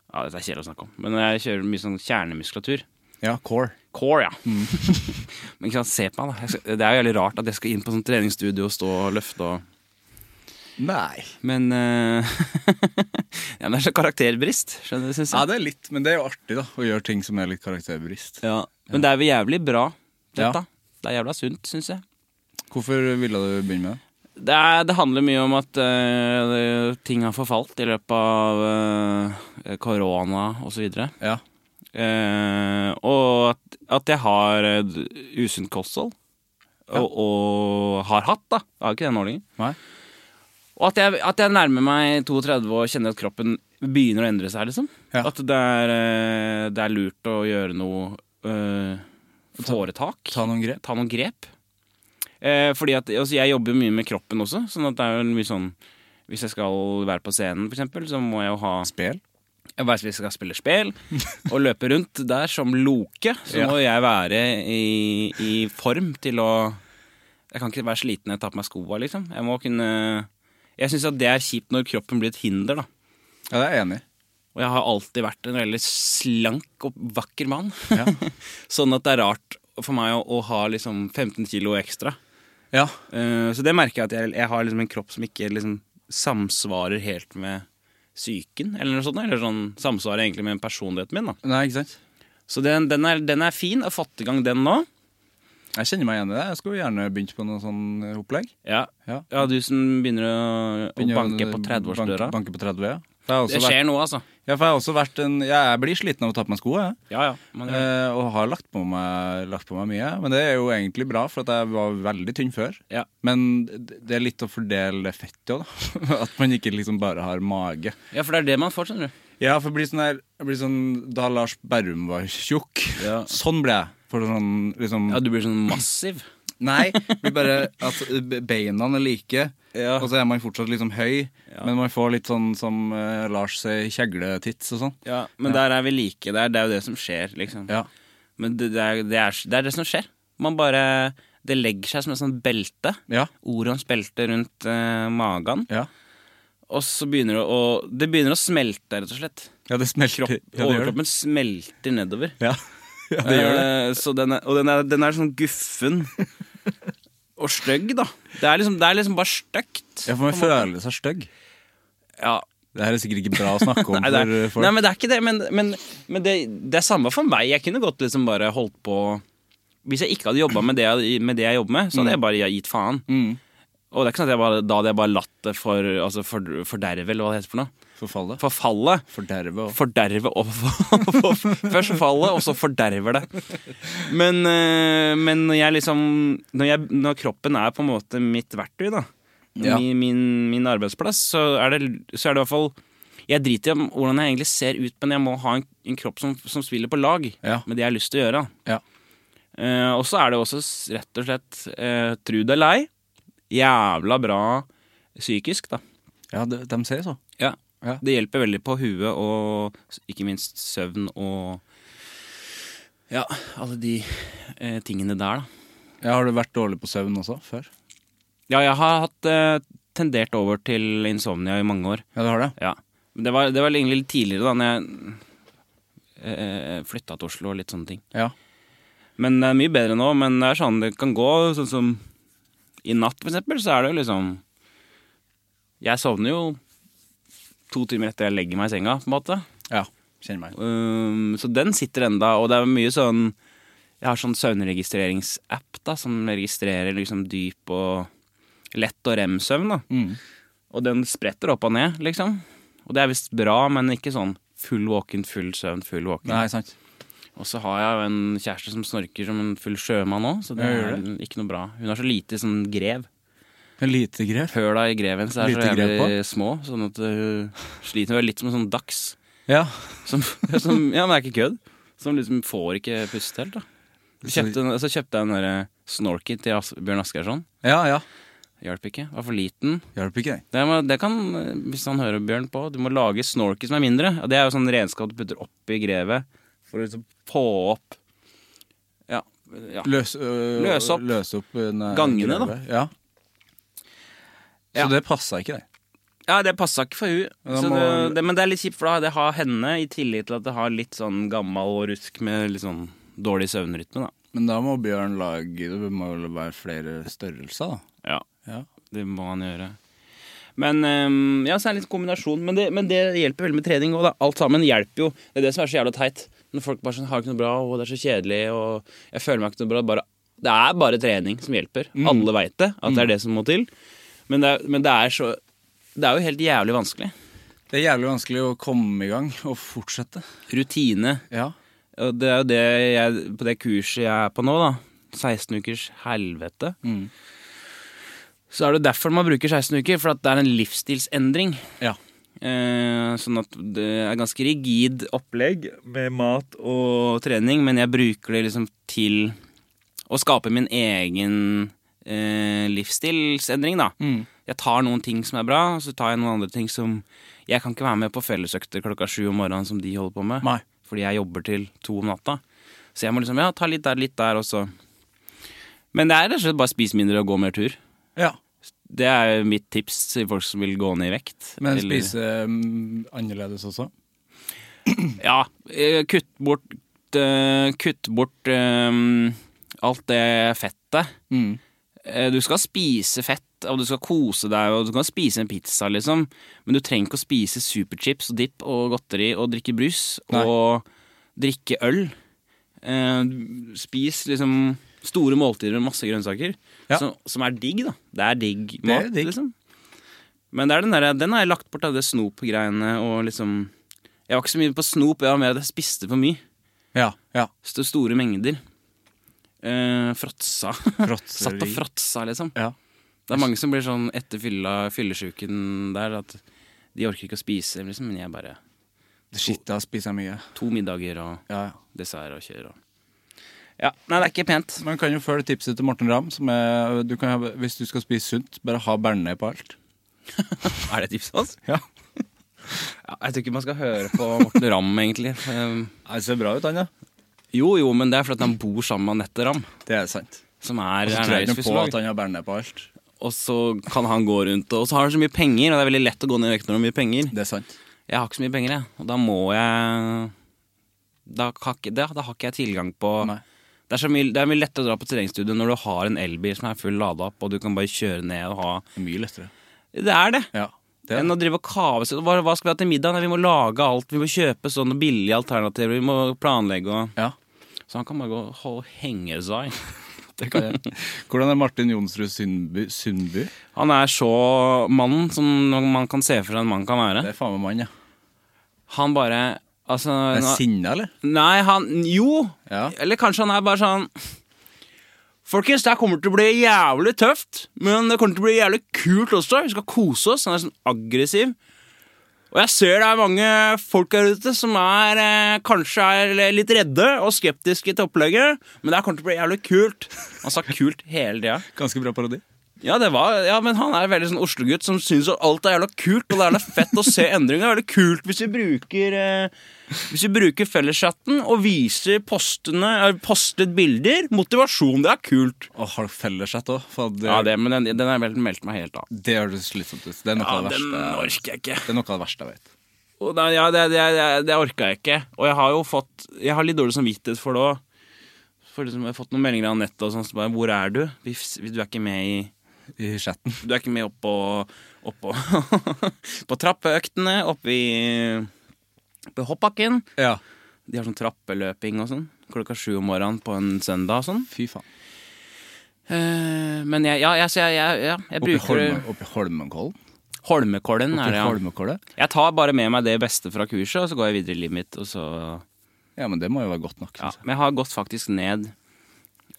Ja, dette er kjedelig å snakke om, men jeg kjører mye sånn kjernemuskulatur.
Ja, core.
Core, ja. men ikke sant, se på meg, da. Jeg skal, det er jo jævlig rart at jeg skal inn på sånn treningsstudio og stå og løfte og
Nei.
Men eh, Ja, men det er så karakterbrist, skjønner du, syns
Ja,
jeg.
det er litt, men det er jo artig, da. Å gjøre ting som er litt karakterbrist.
Ja. Men det er jo jævlig bra,
Ja.
dette. Det er jævla sunt, syns jeg.
Hvorfor ville du begynne med det?
Det, er, det handler mye om at eh, ting har forfalt i løpet av eh, korona osv. Og,
Ja.
uh, og at, at jeg har uh, usunt kosthold. Og, og har hatt, da. Jeg har ikke det nå lenger.
Nei?
Og at jeg, at jeg nærmer meg 32 og kjenner at kroppen begynner å endre seg, liksom.
Ja.
At det er, eh, det er lurt å gjøre noe eh, foretak.
Ta noen grep.
Ta noen grep. Eh, fordi at, altså Jeg jobber jo mye med kroppen også, sånn at det er jo mye sånn Hvis jeg skal være på scenen, for eksempel, så må jeg jo ha
Spel.
jeg vet, Hvis jeg skal spille spel og løpe rundt der som Loke, så må jeg være i, i form til å Jeg kan ikke være sliten når jeg tar på meg skoa, liksom. Jeg må kunne Jeg syns det er kjipt når kroppen blir et hinder, da.
Ja, det er jeg enig i.
Og jeg har alltid vært en veldig slank og vakker mann.
Ja.
sånn at det er rart for meg å, å ha liksom 15 kilo ekstra.
Ja.
Eh, så det merker jeg at jeg, jeg har liksom en kropp som ikke liksom samsvarer helt med psyken, eller noe sånt. Eller sånn samsvarer egentlig med personligheten min, da.
Nei, ikke sant?
Så den, den, er, den er fin. Jeg har fått i gang den nå.
Jeg kjenner meg igjen i det. Jeg skulle gjerne begynt på noe sånn eh, opplegg.
Ja,
Ja.
ja du som begynner å,
Begynner
å banke på
bank-
30-årsdøra.
Banke, banke på 30, ja. For jeg har også
Det
vært,
skjer noe, altså.
ja, for jeg har også vært en Jeg blir sliten av å ta på meg sko, jeg.
Ja, ja. Man, gjør det.
Eh, og har lagt på, meg, lagt på meg mye. Men det er jo egentlig bra, for at jeg var veldig tynn før.
Ja.
Men det det er litt å fordele det fettet òg, da. At man ikke liksom bare har mage.
ja, for det er det man får, skjønner du.
Ja, for jeg blir sånn der jeg blir sånn, Da Lars Berrum var tjukk,
Ja.
sånn ble jeg. For sånn liksom
Ja, du blir sånn massiv.
Nei, det blir bare at eh, beina er like.
Ja.
Og så er man fortsatt liksom høy, men man får litt sånn som eh, Lars sier, kjegletits og sånn.
Ja, men der er vi like. Det er, det er jo det som skjer, liksom.
Ja.
Men det, det, er, det, er, det er det som skjer. Man bare Det legger seg som et sånt belte.
Ja.
Orons belte rundt eh, magen.
Ja,
Og så begynner det å Det begynner å smelte, rett og slett.
ja det smelter.
Kropp,
ja, det gjør det.
overkroppen smelter nedover.
Ja. ja, det gjør det.
Eh, så den er, og den er, den er sånn guffen. Og stygg, da. Det er liksom, det er liksom bare stygt.
Ja, for man føler seg stygg.
Ja.
Det her er sikkert ikke bra å snakke om
Nei, det er,
for folk.
nei, men det er ikke det. Men, men, men det, det er samme for meg. Jeg kunne godt liksom bare holdt på Hvis jeg ikke hadde jobba med, det jeg- med det jeg jobber med, så hadde jeg bare gitt faen.
Mm,
Og det er ikke sånn at jeg bare, da hadde jeg bare latt det for, altså for, forderve, eller hva det heter for noe.
Forfallet.
Forfalle.
Forderve og
Forderve og Først falle, og så forderver det. Men, eh, men når jeg liksom når, jeg, når kroppen er på en måte mitt verktøy, da.
Ja.
Min, min, min arbeidsplass, så er, det, så er det i hvert fall Jeg driter i om hvordan jeg egentlig ser ut, men jeg må ha en, en kropp som, som spiller på lag
Ja.
med det jeg har lyst til å gjøre. da.
Ja.
Eh, og så er det også s- rett og slett, eh, tru det eller ei, jævla bra psykisk, da.
Ja, de, de sier så.
Ja.
Ja.
Det hjelper veldig på huet og s- ikke minst søvn og Ja, alle de eh, tingene der, da.
Ja, har du vært dårlig på søvn også før?
Ja, jeg har hatt eh, tendert over til insomnia i mange år.
Ja, du har det?
Ja. Men det var, det var egentlig litt tidligere, da, når jeg eh, flytta til Oslo og litt sånne ting.
Ja.
Men det er mye bedre nå. Men det er sånn det kan gå. Sånn som i natt, for eksempel, så er det jo liksom Jeg sovner jo to timer etter jeg legger meg i senga, på en måte.
ja. Kjenner meg.
Um, så den sitter enda, og det er mye sånn Jeg har sånn søvnregistreringsapp da, som registrerer liksom dyp og lett og rem-søvn. da.
Mm.
Og den spretter opp og ned, liksom. Og det er visst bra, men ikke sånn full våken, full søvn, full våken.
Nei, sant.
Og så har jeg jo en kjæreste som snorker som en full sjømann òg, så det
Ja, gjør
er ikke noe bra. Hun har så lite sånn grev.
En lite grep.
Høla i greven så er
Lite
så
grev
eh, jævlig små, sånn at hun sliter hun er litt som en sånn dachs. Ja. Som, som, ja, men det er ikke kødd. Som liksom får ikke puste helt, da. Kjøpte, en- så kjøpte jeg den derre Snorky til As Bjørn Asgersson.
Ja, ja.
Hjalp ikke. Var for liten.
Hjalp ikke, det.
Det, må, det kan, eh, hvis han hører Bjørn på, du må lage snorky som er mindre. Og det er jo sånn redskap du putter oppi grevet for å liksom få opp Ja. ja.
Løs, øh,
Løs opp.
løs opp en, øh,
Gangene, da.
greve. Ja. Så
Ja.
det passa ikke, det.
Ja, det passa ikke for hun.
Ja, da
Så det,
må-
det, men det er litt kjipt, for da det har henne i tillit til at det har litt sånn gammal og rusk med litt sånn dårlig søvnrytme, da.
Men da må Bjørn lage Det må vel være flere størrelser, da.
Ja.
Ja.
Det må han gjøre. Men ehm, ja, så er det litt kombinasjon. Men det, men det hjelper veldig med trening òg, da. Alt sammen hjelper jo. Det er det som er så jævla teit. Når folk bare sånn har ikke noe bra, og det er så kjedelig, og jeg føler meg ikke noe bra. Bare, det er bare trening som hjelper. Alle veit det, at det er det som må til. Men det, er- men det er så Det er jo helt jævlig vanskelig.
Det er jævlig vanskelig å komme i gang og fortsette.
Rutine.
Ja.
Og det er jo det jeg På det kurset jeg er på nå, da. 16 ukers helvete.
Mm.
Så er det derfor man bruker 16 uker, for at det er en livsstilsendring.
ja.
Eh, sånn at det er ganske rigid opplegg med mat og trening, men jeg bruker det liksom til å skape min egen eh, livsstilsendring, da.
Mm.
Jeg tar noen ting som er bra, og så tar jeg noen andre ting som Jeg kan ikke være med på fellesøkter klokka sju om morgenen som de holder på med,
Nei.
fordi jeg jobber til to om natta. Så jeg må liksom ja, ta litt der, litt der også. Men det er rett og slett bare spis mindre og gå mer tur.
ja.
Det er mitt tips til folk som vil gå ned i vekt.
Men
Eller-
spise mm, annerledes også.
Ja, eh, kutt bort eh, Kutt bort eh, alt det fettet.
Mm.
Eh, Du skal spise fett, og du skal kose deg, og du kan spise en pizza, liksom. Men du trenger ikke å spise superchips og dipp og godteri og drikke brus
Nei.
og drikke øl. Eh, Spis liksom store måltider med masse grønnsaker,
Ja.
som, som er digg, da. Det er digg mat,
digg.
liksom. Men det er den, der, den har jeg lagt bort av det snop-greiene og liksom Jeg var ikke så mye på snop, jeg var mer at jeg spiste for mye.
Ja. ja.
Sto- Store mengder. Eh, fråtsa. Satt og fråtsa, liksom.
Ja.
Det er mange som blir sånn etter fylla, fyllesjuken der at de orker ikke å spise, liksom, men jeg bare
Shit, da spiser jeg mye.
To middager og
Ja, ja.
dessert og kjør og Ja, nei, det er ikke pent.
Man kan jo følge tipset til Morten Ramm, som er du kan, ha- Hvis du skal spise sunt, bare ha bearnés på alt.
Er det tipset hans?
Ja.
Ja, jeg tror ikke man skal høre på Morten Ramm, egentlig. Um,
Det ser bra ut, han, ja.
jo, jo, men det er fordi at han bor sammen med Anette Ramm,
Det er sant.
som er
Så tror jeg ikke på at
ernæringsfysiolog.
han har bearnés på alt.
Og så kan han gå rundt, og så har han så mye penger, og det er veldig lett å gå ned i vekt når man har mye penger.
Det er sant.
Jeg har ikke så mye penger, jeg. Og da må jeg Da har ikke, da, da har ikke jeg tilgang på
Nei.
det er, så mye, det er mye lettere å dra på treningsstudio når du har en elbil som er full lada opp, og du kan bare kjøre ned og ha
Det er Mye lettere.
Det er det!
Ja. Det
Enn
er.
å drive og kave seg hva, hva skal vi ha til middag? Nei, vi må lage alt. Vi må kjøpe sånne billige alternativer. Vi må planlegge og
Ja.
Så han kan bare gå og hol- henge seg.
Det kan jeg. Hvordan er Martin Jonsrud Sundby? Sundby?
Han er så mannen som man kan se for seg en mann kan være.
Det er faen meg mann, ja.
Han bare Altså
Er han
nå-
sinna, eller?
Nei, han Jo!
Ja.
Eller kanskje han er bare sånn Folkens, det her kommer til å bli jævlig tøft, men det kommer til å bli jævlig kult også. Vi skal kose oss. Han er sånn aggressiv. Og jeg ser det er mange folk her ute som er eh, kanskje er litt redde og skeptiske til opplegget, men det her kommer til å bli jævlig kult. Han sa kult hele tida.
Ganske bra parodi.
Ja, det var, ja, men han er veldig sånn Oslo-gutt som syns at alt er jævla kult, og det er jævla fett å se endringer. Det er veldig kult hvis vi bruker eh, Hvis vi bruker felleschatten og viser postene eh, postet bilder. Motivasjon, det er kult.
Og har dere felleschat òg? Det,
Ja, det, men den, den er vel meldt meg helt av.
det høres slitsomt ut. Det er noe
Ja,
av det
den
verste
orker jeg ikke.
Det er noe av det verste jeg vet.
Og da, ja, det, det, det, det orka jeg ikke. Og jeg har jo fått Jeg har litt dårlig samvittighet for det òg. For liksom, jeg har fått noen meldinger av Anette og sånn som bare 'Hvor er du?' Vi, f- vi- du er ikke med i
I chatten.
Du er ikke med opp på, opp på, på trappeøktene, oppe i på hoppbakken.
Ja.
De har sånn trappeløping og sånn. Klokka sju om morgenen på en søndag og sånn.
Fy faen.
Eh, men jeg, ja, jeg, så jeg, jeg, ja, jeg
Oppi,
bruker
Holmen, oppi Holmenkollen?
Holmekollen.
Oppi
Er det, ja.
Holmenkollen?
Jeg tar bare med meg det beste fra kurset, og så går jeg videre i livet mitt. Og så,
Ja, men det må jo være godt nok.
ja.
synes jeg.
Men jeg har gått faktisk ned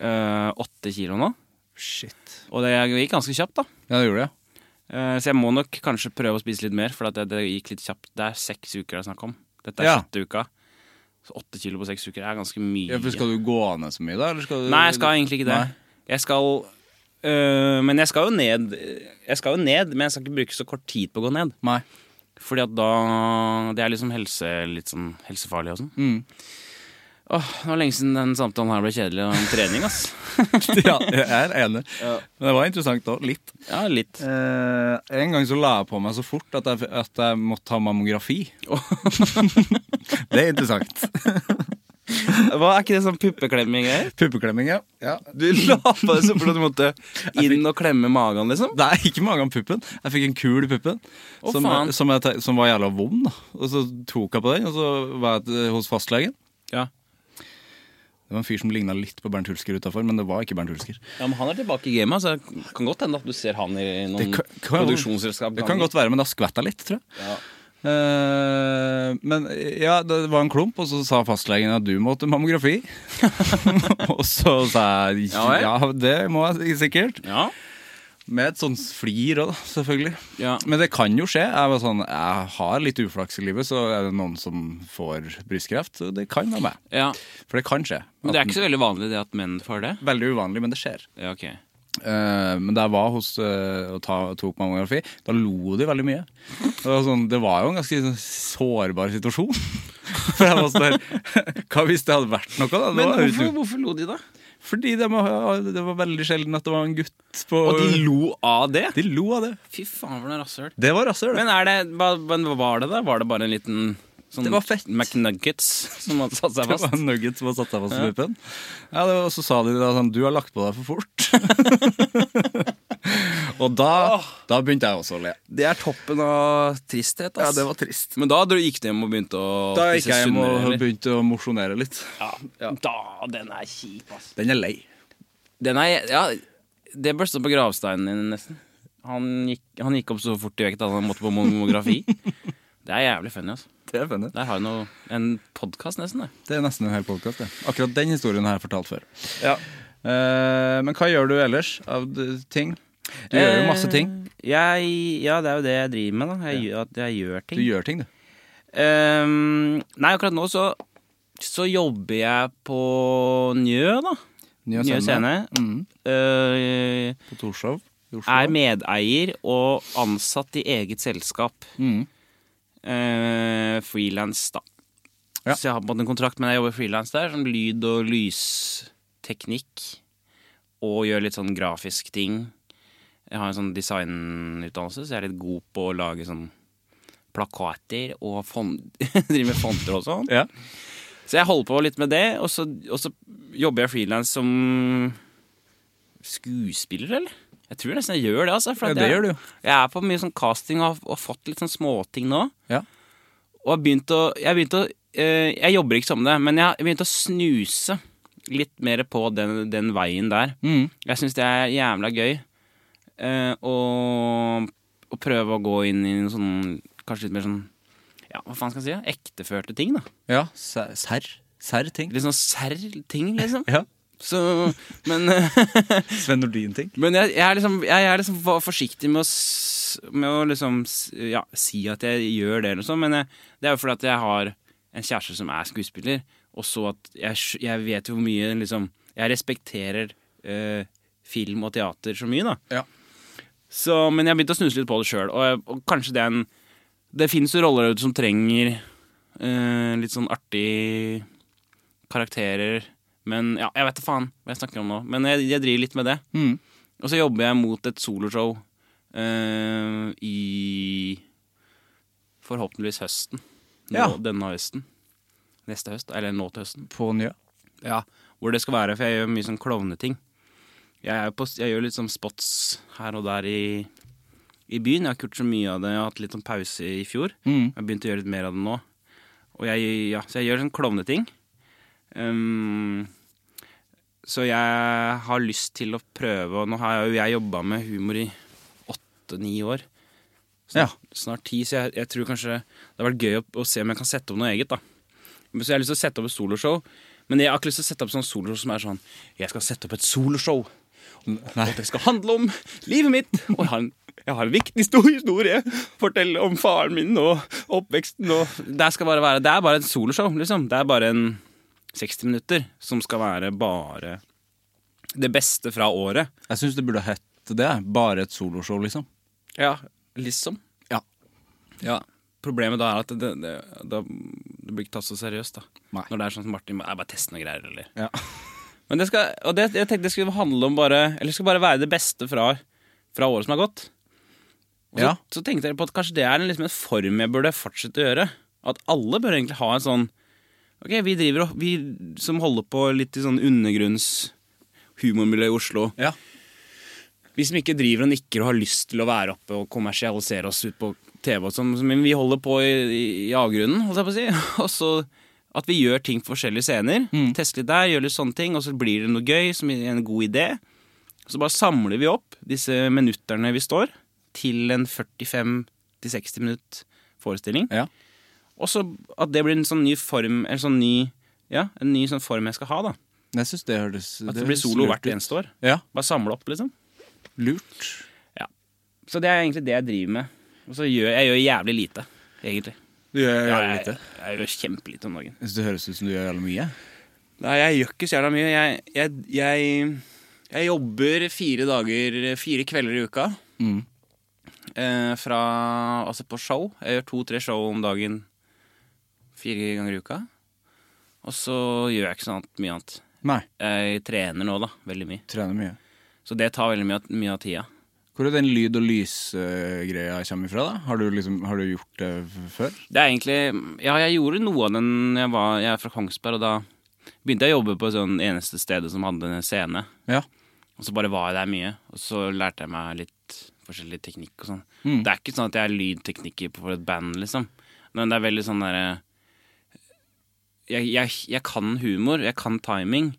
eh, åtte kilo nå.
Shit.
Og det gikk ganske kjapt, da.
Ja, det gjorde det.
Eh, så jeg må nok kanskje prøve å spise litt mer, for at det, det gikk litt kjapt. Det er seks uker det er snakk om. Dette er
Ja.
sjette uka. Så åtte kilo på seks uker er ganske mye.
Ja, for skal du gå ned så mye, da? Eller skal du
Nei, jeg skal egentlig ikke det.
Nei.
Jeg skal øh, Men jeg skal jo ned. Jeg skal jo ned, men jeg skal ikke bruke så kort tid på å gå ned.
Nei.
Fordi at da Det er liksom helse, litt sånn helsefarlig og sånn. Åh, Det var lenge siden den samtalen her ble kjedelig om trening, ass.
Ja, jeg er enig. Men det var interessant òg. Litt.
Ja, litt.
Eh, en gang så la jeg på meg så fort at jeg, at jeg måtte ta mammografi. det er interessant.
Hva, Er ikke det sånn puppeklemming-greier?
Puppeklemming, ja. ja.
Du la på deg så fort at du måtte inn og klemme magen, liksom?
Nei, ikke magen, puppen. Jeg fikk en kul i puppen
Å,
som,
faen.
som, jeg, te- som var jævla vond. da Og så tok jeg på den, og så var jeg til- hos fastlegen.
Ja.
Det var en fyr som ligna litt på Bernt Hulsker utafor, men det var ikke Bernt Hulsker.
ja, Men han er tilbake i gamet, så det kan godt hende at du ser han i noen
Det kan- kan-
Mm. produksjonsselskap.
Det kan godt være, men da skvett jeg litt, tror jeg.
Ja.
Eh, men ja, det var en klump, og så sa fastlegen at du måtte mammografi. og så sa jeg
Ja vel?
ja, det må jeg sikkert.
Ja.
Med et sånt flir òg, selvfølgelig.
Ja.
Men det kan jo skje. Jeg, var sånn, jeg har litt uflaks i livet, så er det noen som får brystkreft. Så det kan være meg.
ja.
For det kan skje.
Men det er ikke så veldig vanlig det at menn får det.
Veldig uvanlig, men det skjer.
Ja, ok.
Eh, men da jeg var hos eh, og ta, tok mammografi, da lo de veldig mye. Det var, sånn, det var jo en ganske sånn sårbar situasjon. For jeg var sånn der, Hva hvis det hadde vært noe, da? Det
Men
var jo
hvorfor,
ikke-
hvorfor lo de, da?
Fordi det var, det var veldig sjelden at det var en gutt på
Og de lo av det?
De lo av det.
Fy faen, for noe rasshøl.
Det var rasshøl.
Men er det, hva, men hva var det, da? Var det bare en liten sånn
Det var fett.
McNuggets som hadde satt seg
Det
fast?
var en nugget som hadde satt seg fast i puppen. Ja, det var, og så sa de da sånn Du har lagt på deg for fort. og da, da begynte jeg også å le.
Det er toppen av tristhet, ass.
var trist.
Men da dro- gikk du hjem og begynte å
Da
spise
gikk jeg hjem
sunnere,
og
eller?
begynte å mosjonere litt.
Ja. Da, den er kjip, ass.
Den er lei.
Den er, ja, det bør stå på gravsteinen din, nesten. Han gikk, han gikk opp så fort i vekt at han måtte på mammografi. det er jævlig funny, altså.
Det er funny.
Der har du noe, en podkast, nesten. det.
Det er nesten en hel podkast. Akkurat den historien har jeg fortalt før.
Ja.
Eh, men hva gjør du ellers av d- ting? Du gjør jo masse ting.
Eh, Jeg, ja, det er jo det jeg driver med, da. Jeg, gjør, at jeg gjør
Du
ting.
gjør ting, du.
Ehm, nei, akkurat nå så, så jobber jeg på Njø, da.
Nye
Njø scene.
Mm.
Eh,
På Torshov. i Oslo.
er medeier og ansatt i eget selskap.
Mm.
eh, frilans, da.
Ja.
Så jeg har på en måte en kontrakt, men jeg jobber frilans der. Sånn lyd- og lysteknikk. Og gjør litt sånn grafisk ting. Jeg har en sånn designutdannelse, så jeg er litt god på å lage sånn plakater og fon driver med fonter og sånn.
Ja.
Så jeg holder på litt med det, og så, og så jobber jeg frilans som skuespiller, eller? Jeg tror nesten jeg gjør det, altså. For
Ja,
at
det
jeg,
gjør du jo.
Jeg er på mye sånn casting og har, og har fått litt sånn småting nå.
Ja.
Og har begynt å Jeg, har begynt å, eh, jeg jobber ikke som det, men jeg har begynt å snuse litt mer på den, den veien der.
Mm.
Jeg syns det er jævla gøy eh, å, å prøve å gå inn i en sånn Kanskje litt mer sånn Ja, hva faen skal jeg si? da? Ekteførte ting, da.
ja. Serr. Serr ser ting.
Litt sånn serr ting, liksom.
Ja.
Så, men eh,
Sven Nordin-ting.
Men jeg, jeg, er liksom, jeg er liksom for- forsiktig med å, s- med å liksom, s- ja, si at jeg gjør det, eller sånn, men jeg, det er jo fordi at jeg har en kjæreste som er skuespiller, og så at jeg, skj- jeg vet jo hvor mye liksom, Jeg respekterer eh, film og teater så mye, da.
Ja.
Så, men jeg har begynt å snuse litt på det sjøl, og, jeg- og kanskje det er en Det fins jo roller der ute som trenger eh, litt sånn artig karakterer, men ja, jeg vet da faen hva jeg snakker om nå. Men jeg, jeg driver litt med det.
Mm.
Og så jobber jeg mot et soloshow eh, i Forhåpentligvis høsten. Nå,
Ja.
Denne høsten. Neste høst, eller nå til høsten.
På Njø.
Ja, Hvor det skal være, for jeg gjør mye sånn klovneting. Jeg, er jo på, jeg gjør litt sånn spots her og der i, i byen. Jeg har ikke gjort så mye av det. Jeg har hatt litt sånn pause i fjor.
Mm.
Jeg har begynt å gjøre litt mer av det nå. Og jeg, ja, så jeg gjør sånn klovneting. Um, så jeg har lyst til å prøve, og nå har jo jeg jobba med humor i åtte-ni år.
Ja.
Snart ti, så jeg, jeg tror kanskje det har vært gøy å, å se om jeg kan sette opp noe eget. da. Men Så jeg har lyst til å sette opp et soloshow, men jeg har ikke lyst til å sette opp sånn soloshow som er sånn Jeg skal sette opp et soloshow
Nei.
Og det skal handle om livet mitt. Og jeg har en, jeg har en viktig stor historie. Fortell om faren min og oppveksten og Det skal bare være Det er bare et soloshow, liksom. Det er bare en 60 minutter som skal være bare det beste fra året.
Jeg syns det burde hett det. Bare et soloshow, liksom.
Ja, liksom.
Ja.
Ja, Problemet da er at det, det, da, det blir ikke tatt så seriøst. da
Nei.
Når det er sånn som Martin er bare test noen greier. Eller.
Ja.
Men det skal, og det, jeg tenkte det skulle handle om bare Eller det skal bare være det beste fra, fra året som har gått. Og så,
Ja.
så tenkte jeg på at kanskje det er en, liksom en form jeg burde fortsette å gjøre. At alle bør egentlig ha en sånn Ok, vi driver og Vi som holder på litt i sånn undergrunns humormiljø i Oslo.
Ja.
Vi som ikke driver og nikker og har lyst til å være oppe og kommersialisere oss ut på TV, og sånn, men vi holder på i, i, i avgrunnen, holdt jeg på å si. Og så at vi gjør ting på forskjellige scener.
Mm.
Tester litt der, gjør litt sånne ting, og så blir det noe gøy som er en god idé. Så bare samler vi opp disse minutterne vi står, til en 45-60 minutt forestilling.
Ja.
Og så at det blir en sånn ny form, en sånn ny, ja, en ny sånn form jeg skal ha, da.
Jeg syns det høres
At det
høres
blir solo
lurt
hvert
ut.
eneste år.
Ja.
Bare samle opp, liksom.
Lurt.
Så det er egentlig det jeg driver med. Og så gjør jeg gjør jævlig lite, egentlig.
Du gjør jævlig
Jeg,
lite.
jeg gjør kjempelite om dagen.
Jeg synes det høres ut som du gjør jævlig mye.
Nei, jeg gjør ikke så jævla mye. Jeg, jeg, jeg, jeg jobber fire dager, fire kvelder i uka.
Mm.
Eh, fra Altså på show. Jeg gjør to-tre show om dagen fire ganger i uka. Og så gjør jeg ikke så annet- mye annet.
Nei.
Jeg trener nå, da. Veldig mye.
Trener mye.
Så det tar veldig mye, av- mye av tida.
Hvor er den lyd- og lysgreia kommer ifra, da? Har du, liksom, har du gjort det f- før?
Det er egentlig Ja, jeg gjorde noe av den jeg, var, jeg er fra Kongsberg, og da begynte jeg å jobbe på et sånn eneste sted som hadde en scene.
Ja.
Og så bare var jeg der mye, og så lærte jeg meg litt forskjellig teknikk og sånn. Det er ikke sånn at jeg er lydtekniker på- for et band, liksom. Men det er veldig sånn derre jeg, jeg, jeg kan humor, jeg kan timing,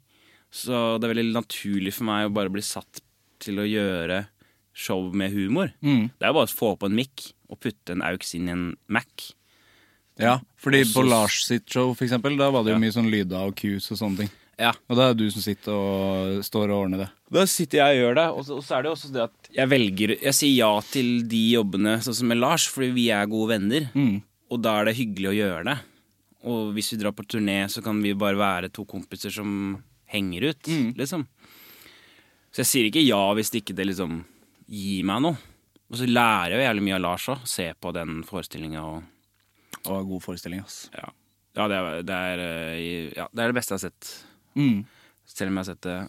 så det er veldig naturlig for meg å bare bli satt til å gjøre show med humor. Det er jo bare å få på en mic og putte en aux inn i en Mac.
Ja, fordi
Og så-
på Lars sitt show for eksempel, da var det jo mye sånn lyder og cues og sånne ting.
Ja.
Og da er det du som sitter og står og ordner det.
Da sitter jeg og gjør det, og så, og så er det jo også det at jeg velger Jeg sier ja til de jobbene, sånn som med Lars, fordi vi er gode venner.
Mm.
Og da er det hyggelig å gjøre det. Og hvis vi drar på turné, så kan vi bare være to kompiser som henger ut,
Mm.
liksom. Så jeg sier ikke ja hvis det ikke det liksom gir meg noe. Og så lærer jeg jo jævlig mye av Lars òg. Se på den forestillinga og
Og god forestilling, ass.
ja. ja, det er det, er, eh, ja, det er det beste jeg har sett.
Mm.
Selv om jeg har sett det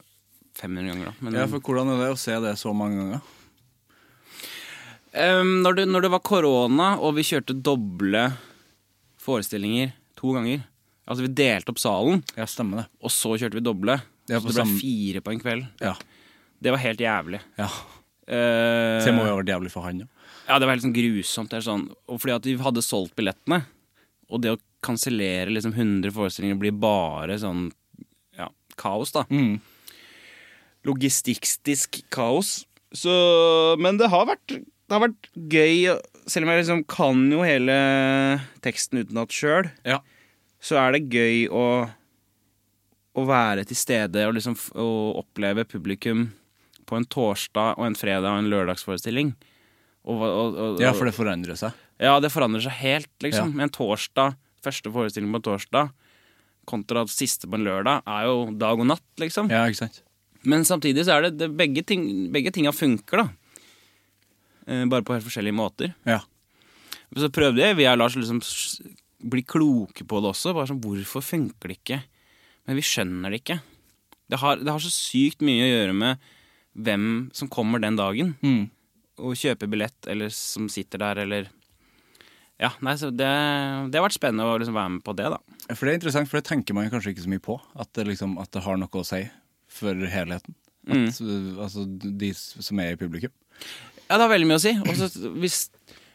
500 ganger, da. Men-
Ja, for hvordan er det å se det så mange ganger?
Ehm, når, det, når det var korona og vi kjørte doble forestillinger to ganger Altså vi delte opp salen,
Ja, stemmer det.
og så kjørte vi doble.
Ja,
så
på
det ble
samme-
fire på en kveld.
Ja.
Det var helt jævlig.
ja.
Eh,
Så det må jo ha vært jævlig for han, ja.
ja, det var helt sånn grusomt. Det er sånn, og fordi at vi hadde solgt billettene, og det å kansellere liksom 100 forestillinger blir bare sånn ja, kaos, da.
Mm.
Logistikkstisk kaos. Så, men det har vært, det har vært gøy, selv om jeg liksom kan jo hele teksten utenat sjøl
Ja.
så er det gøy å, å være til stede og liksom f- å oppleve publikum på en torsdag og en fredag og en lørdagsforestilling. Og, hva- og, og,
Ja, for det forandrer seg.
ja, det forandrer seg helt, liksom.
Ja.
En torsdag, første forestilling på en torsdag, kontra siste på en lørdag, er jo dag og natt, liksom.
Ja, ikke sant?
Men samtidig så er det, det begge, ting, begge tinga funker, da. Eh, bare på helt forskjellige måter.
Ja.
Men Så prøvde jeg, vi og Lars liksom s- bli kloke på det også. Bare sånn, Hvorfor funker det ikke? Men vi skjønner det ikke. Det har, det har så sykt mye å gjøre med hvem som kommer den dagen
Mm.
og kjøper billett, eller som sitter der, eller Ja, nei, så det, det har vært spennende å liksom være med på det, da.
For det er interessant, for det tenker man kanskje ikke så mye på. At det, liksom, at det har noe å si for helheten. At,
Mm.
uh, Altså de s- som er i publikum.
Ja, det har veldig mye å si. Og så hvis,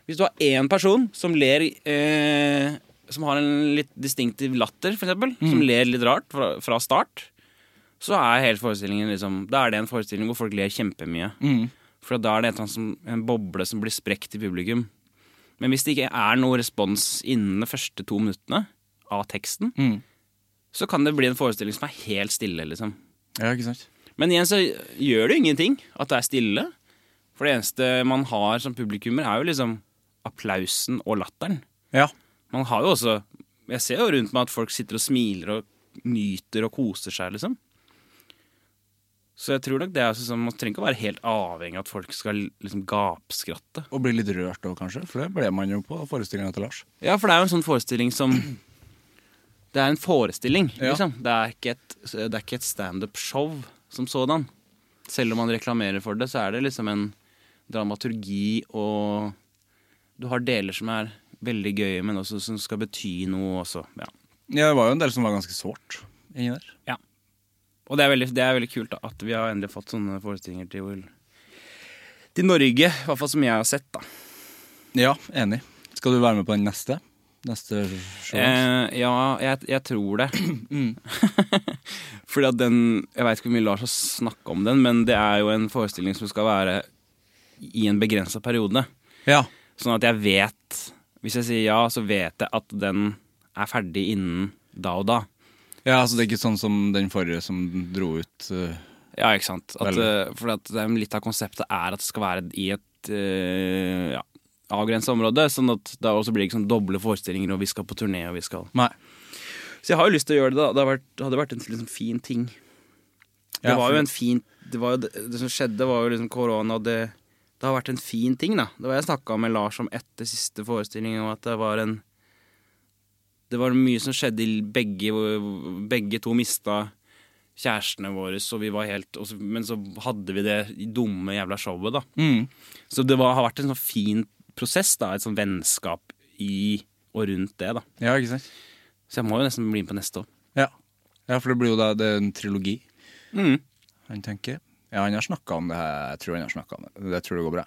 hvis du har én person som ler eh, Som har en litt distinktiv latter, for eksempel, som ler litt rart fra, fra start, så er hele forestillingen liksom Da er det en forestilling hvor folk ler kjempemye.
Mm.
Mm,
For da er det et eller annet som, en boble som blir sprukket i publikum. Men hvis det ikke er noe respons innen de første to minuttene av teksten,
Mm.
så kan det bli en forestilling som er helt stille, liksom.
Ja, ikke sant?
Men igjen så gjør det jo ingenting at det er stille. For det eneste man har som publikummer, er jo liksom applausen og latteren.
Ja.
Man har jo også Jeg ser jo rundt meg at folk sitter og smiler og nyter og koser seg, liksom. Så jeg tror nok det er også sånn, Man trenger ikke å være helt avhengig av at folk skal liksom gapskratte.
Og bli litt rørt òg, kanskje. For det ble man jo på forestillinga til Lars.
Ja, for det er jo en sånn forestilling som Det er en forestilling,
Ja.
liksom. Det er ikke et, det er ikke et standup-show som sådan. Selv om man reklamerer for det, så er det liksom en dramaturgi og Du har deler som er veldig gøye, men også som skal bety noe også. Ja.
Ja, det var jo en del som var ganske sårt inni der.
Og det er veldig, det er veldig kult da, at vi har endelig fått sånne forestillinger til, til Norge. I hvert fall som jeg har sett, da.
Ja, enig. Skal du være med på den neste? Neste show?
Eh, ja, jeg, jeg tror det. Fordi at den Jeg veit ikke hvor mye Lars har snakka om den, men det er jo en forestilling som skal være i en begrensa periode.
Ja.
Sånn at jeg vet Hvis jeg sier ja, så vet jeg at den er ferdig innen da og da.
ja, altså det er ikke sånn som den forrige som dro ut eh,
Ja, ikke sant. At,
Veldig.
eh, fordi at det er- litt av konseptet er at det skal være i et uh, ja, avgrensa område. Sånn at da også blir det ikke sånn doble forestillinger, og vi skal på turné, og vi skal
Nei.
Så jeg har jo lyst til å gjøre det, da. Det hadde vært, det hadde vært en liksom, fin ting. Det
Ja,
var
for-
jo en fin Det, var jo, det, det som skjedde, var jo liksom korona, og det, det har vært en fin ting, da. Det var jeg snakka med Lars om etter siste forestilling, og at det var en Det var mye som skjedde i begge Begge to mista kjærestene våre, så vi var helt og så- Men så hadde vi det dumme jævla showet, da.
Mm.
Så det var, har vært en sånn fin prosess, da. Et sånn vennskap i og rundt det, da.
Ja, ikke sant?
Så jeg må jo nesten bli med på neste år.
Ja. ja, for det blir jo da det er en trilogi,
Mm.
han tenker. Ja, han har snakka om det her. Jeg tror han har snakka om det. Jeg tror det går bra.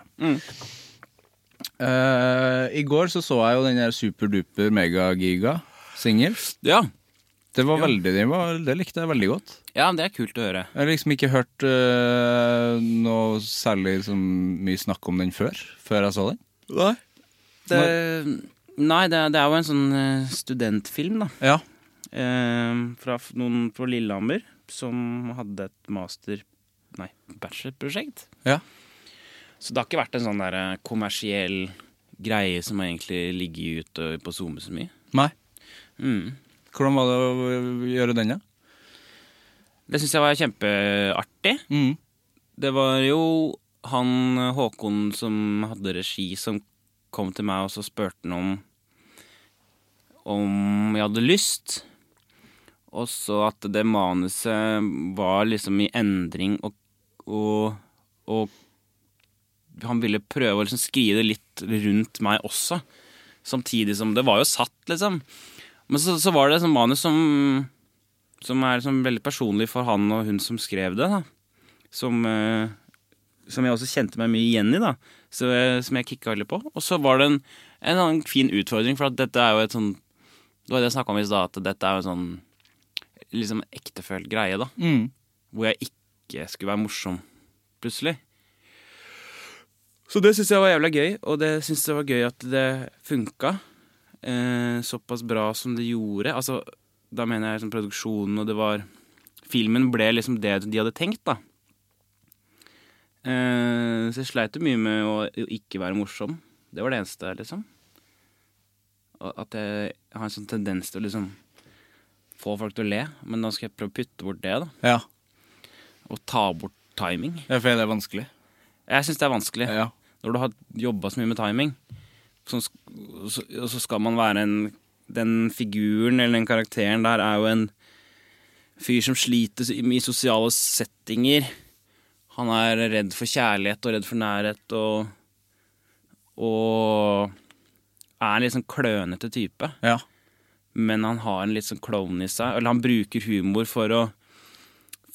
Eh, I går så så jeg jo den der superduper megagiga-singel.
Ja.
Det var veldig, det, var, det likte jeg veldig godt.
ja, det er kult å høre.
Jeg har liksom ikke hørt eh, noe særlig sånn mye snakk om den før. Før jeg så den.
Nei, det, nei, det, er- det er jo en sånn eh, studentfilm, da.
Ja,
Eh, fra f- noen på Lillehammer som hadde et master... Nei, bachelorprosjekt.
Ja.
Så det har ikke vært en sånn der eh, kommersiell greie som har egentlig ligget ute på SoMe så mye.
Nei.
Mm.
Hvordan var det å gjøre den, da?
Det syns jeg var kjempeartig.
Mm.
Det var jo han eh, Håkon som hadde regi, som kom til meg og så spurte han om om jeg hadde lyst. Og så at det manuset var liksom i endring, og, og, og han ville prøve å liksom skrive det litt rundt meg også. Samtidig som Det var jo satt, liksom. Men så, så var det et sånt manus som, som er liksom veldig personlig for han og hun som skrev det. da som, eh, som jeg også kjente meg mye igjen i, da. Så, eh, som jeg kicka veldig på. Og så var det en, en annen fin utfordring, for at dette er jo et sånn Det var det jeg snakka om i stad, at dette er jo en sånn liksom ektefølt greie, da.
Mm.
Hvor jeg ikke skulle være morsom, plutselig. Så det syns jeg var jævla gøy, og det syns jeg var gøy at det funka eh, såpass bra som det gjorde. Altså, da mener jeg liksom produksjonen, og det var Filmen ble liksom det de hadde tenkt, da. Eh, så jeg sleit jo mye med å å ikke være morsom. Det var det eneste, liksom. Og At jeg har en sånn tendens til å liksom få folk til å le, men da skal jeg prøve å putte bort det, da.
Ja.
Og ta bort timing.
ja, for det er vanskelig.
Jeg syns det er vanskelig.
Ja.
Når du har jobba så mye med timing, så, så, og så skal man være en Den figuren eller den karakteren der er jo en fyr som sliter i i sosiale settinger. Han er redd for kjærlighet og redd for nærhet og Og er en litt sånn klønete type.
Ja.
Men han har en litt sånn klovn i seg. Eller han bruker humor for å,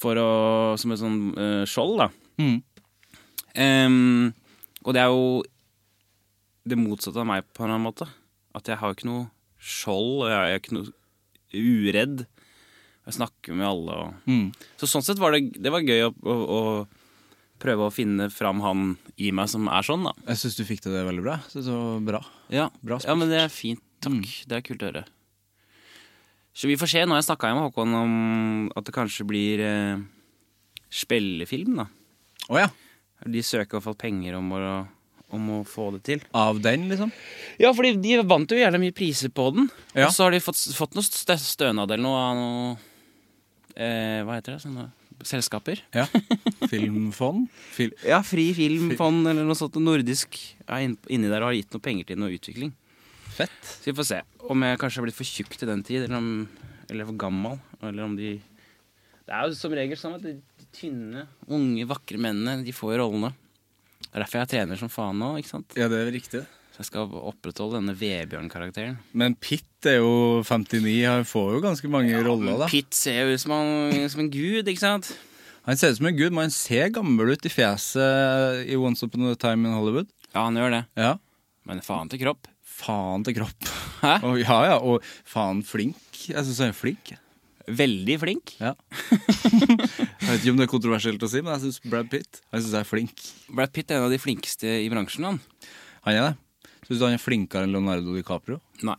for å Som et sånn eh, skjold, da.
Mm.
Ehm, og det er jo det motsatte av meg på en eller annen måte. At jeg har jo ikke noe skjold, og jeg er ikke noe uredd. Jeg snakker med alle. Og...
Mm.
Så sånn sett var det, det var gøy å, å, å prøve å finne fram han i meg som er sånn, da.
Jeg syns du fikk til det veldig bra. Jeg synes det var bra.
Ja,
Bra
ja men det er fint. Takk. Det er kult å høre. Så vi får se. Nå har jeg snakka med Håkon om at det kanskje blir eh, spillefilm, da.
Å ja.
De søker i hvert fall penger om å, om å få det til.
Av den, liksom?
Ja, fordi de vant jo jævlig mye priser på den.
Ja.
Og så har de fått, fått noe stø- stønad eller noe av noe eh, Hva heter det? Sånne selskaper?
Ja. Filmfond? Fil
Ja, Fri Filmfond eller noe sånt nordisk er inn- inni der og har gitt noe penger til noe utvikling.
Fett.
Så vi får se om jeg kanskje har blitt for tjukk til den tid, eller, om, eller for gammel. Eller om de Det er jo som regel sånn at de tynne, unge, vakre mennene, de får jo rollene. Det er derfor jeg trener som faen nå, ikke sant?
Ja, det er riktig.
Så jeg skal opprettholde denne Vebjørn-karakteren.
Men Pitt er jo 59, han får jo ganske mange roller, da.
Pitt ser jo ut som, han, som en gud, ikke sant?
Han ser ut som en gud, men han ser gammel ut i fjeset i Once Upon a Time in Hollywood.
Ja, han gjør det.
Ja.
Men faen til kropp.
Faen til kropp.
Hæ?
Og, ja, ja, og faen flink. Jeg syns han er flink. jeg.
Veldig flink.
Ja. jeg vet ikke om det er kontroversielt å si, men jeg syns Brad Pitt Han synes jeg er flink.
Brad Pitt er en av de flinkeste i bransjen, han.
Han er det. Syns du han er flinkere enn Leonardo DiCaprio?
Nei.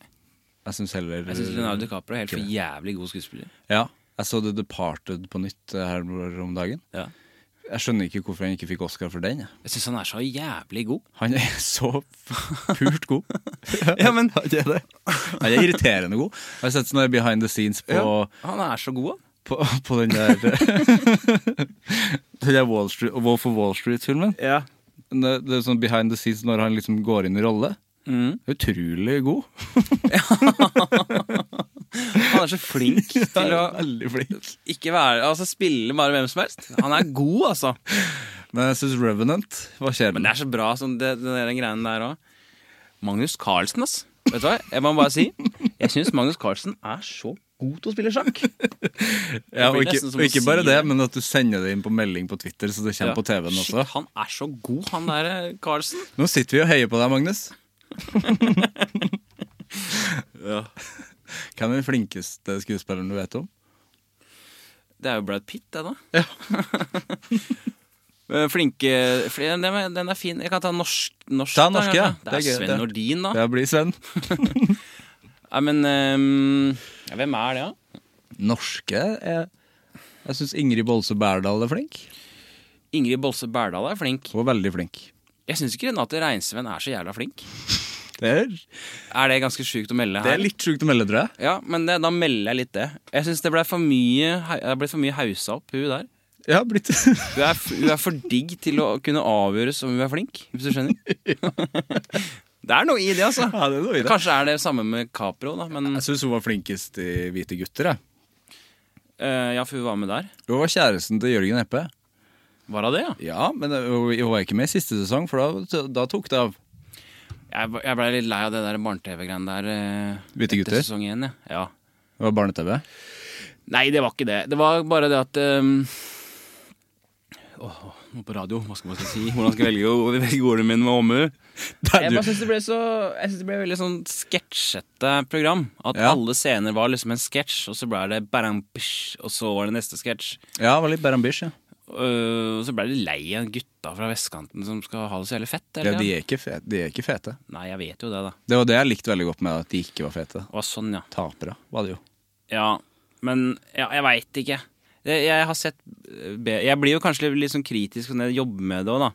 Jeg syns heller
Jeg syns Leonardo DiCaprio er helt for jævlig god skuespiller.
Ja. Jeg så The Departed på nytt eh, her om dagen.
Ja.
Jeg skjønner ikke hvorfor han ikke fikk Oscar for den. jeg.
Jeg syns han er så jævlig god.
Han er så pult god.
Ja, men
Han er irriterende god. Jeg har sett sånne behind the scenes på,
Han er så god, han.
på, på den der Den der Wall Street, Wolf of Wall Street-filmen.
Ja.
Det, det er sånn behind the scenes når han liksom går inn i rolle.
Mm.
Utrolig god.
Han er så flink til å
Veldig flink.
ikke være Altså spille bare hvem som helst. Han er god, altså.
Men jeg syns Revenant var
Men det
kjedelig.
er så bra, sånn, det, det der greiene der òg. Magnus Carlsen, ass. Vet du hva, jeg må bare si Jeg syns Magnus Carlsen er så god til å spille sjakk.
Ja, og
blir
ikke,
nesten som
og
å
ikke
si
bare det,
det.
men at du sender det inn på melding på Twitter, så det kommer
Ja.
på TV-en også.
Shit, han er så god, han der eh, Carlsen.
Nå sitter vi og heier på deg, Magnus. Hvem er den flinkeste skuespilleren du vet om?
Det er jo Brad Pitt, det, da. Eh, Flinke fl- den, er- den er fin. Jeg kan ta norsk. norsk
Ta norske, ja.
da, kanskje. Det er,
Det er gøy,
Sven
det.
Nordin, da.
Det blir Sven.
Nei, men ehm, ja, Hvem er det, da?
Norske er Jeg syns Ingrid Bolse Berdal er flink.
Ingrid Bolse Berdal er flink.
Hun er veldig flink.
Jeg syns ikke Renate Reinsven er så jævla flink.
Det er,
Er det ganske sjukt å melde her?
litt sjukt å melde, tror jeg.
Ja, men det, da melder jeg litt det. Jeg syns det ble for mye hei- det ble for mye hausa opp, hun der.
Ja, blitt
Hun er, f- hun er for digg til å kunne avgjøres om hun er flink, hvis du skjønner. det er noe i det, altså.
Ja, det er noe i det.
Kanskje er det samme med Capro, da. Men
Jeg syns hun var flinkest i Hvite gutter. Jeg.
eh, ja, for hun var med der.
Hun var kjæresten til Jørgen Eppe.
Var hun det, ja?
Ja, men hun hun var ikke med i siste sesong, for da, da tok det av.
Jeg, ble- jeg blei litt lei av det der barne-TV-greiene der. eh,
Hvite
etter
gutter?
Sesong én, ja. ja.
Det var barne-TV.
Nei, det var ikke det. Det var bare det at ehm, Åh, nå på radio, hva skal man si? Hvordan skal jeg velge, å- velge ordene mine med omhu? Jeg bare synes det ble så Jeg synes det ble veldig sånn sketsjete program. At
Ja.
alle scener var liksom en sketsj, og så ble det barampish, og så var det neste sketsj.
Ja, hun var litt Berambisj, ja.
Øh, og så ble de lei av gutta fra vestkanten som skal ha det så jævlig fett.
ja.
Eller?
De er ikke fete. De er ikke fete.
Nei, jeg vet jo det, da.
Det var det jeg likte veldig godt med at de ikke var fete.
Det var sånn, ja.
Tapere var det jo.
Ja, men ja, jeg veit ikke. Jeg, jeg har sett øh, be- Jeg blir jo kanskje litt, litt sånn kritisk når jeg jobber med det òg, da.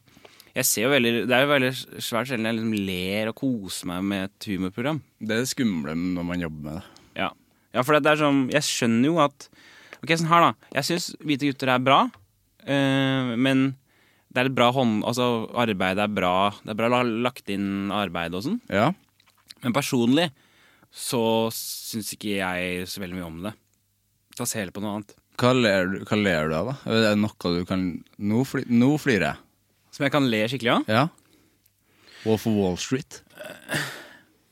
Jeg ser jo veldig, det er jo veldig svært sjelden jeg liksom ler og koser meg med et humorprogram.
Det er det skumle når man jobber med det.
Ja, ja for det er sånn Jeg skjønner jo at Ok, sånn her, da. Jeg syns Hvite gutter er bra, eh, men det er et bra hånd... Altså, arbeidet er bra. Det er bra la- lagt inn arbeid og sånn.
Ja.
Men personlig så syns ikke jeg så veldig mye om det. Da ser jeg heller på noe annet.
Hva ler, du- hva ler du av, da? Er det noe du kan Nå, fli, nå flirer jeg.
Som jeg kan le skikkelig av?
Ja. Wolf of Wall Street.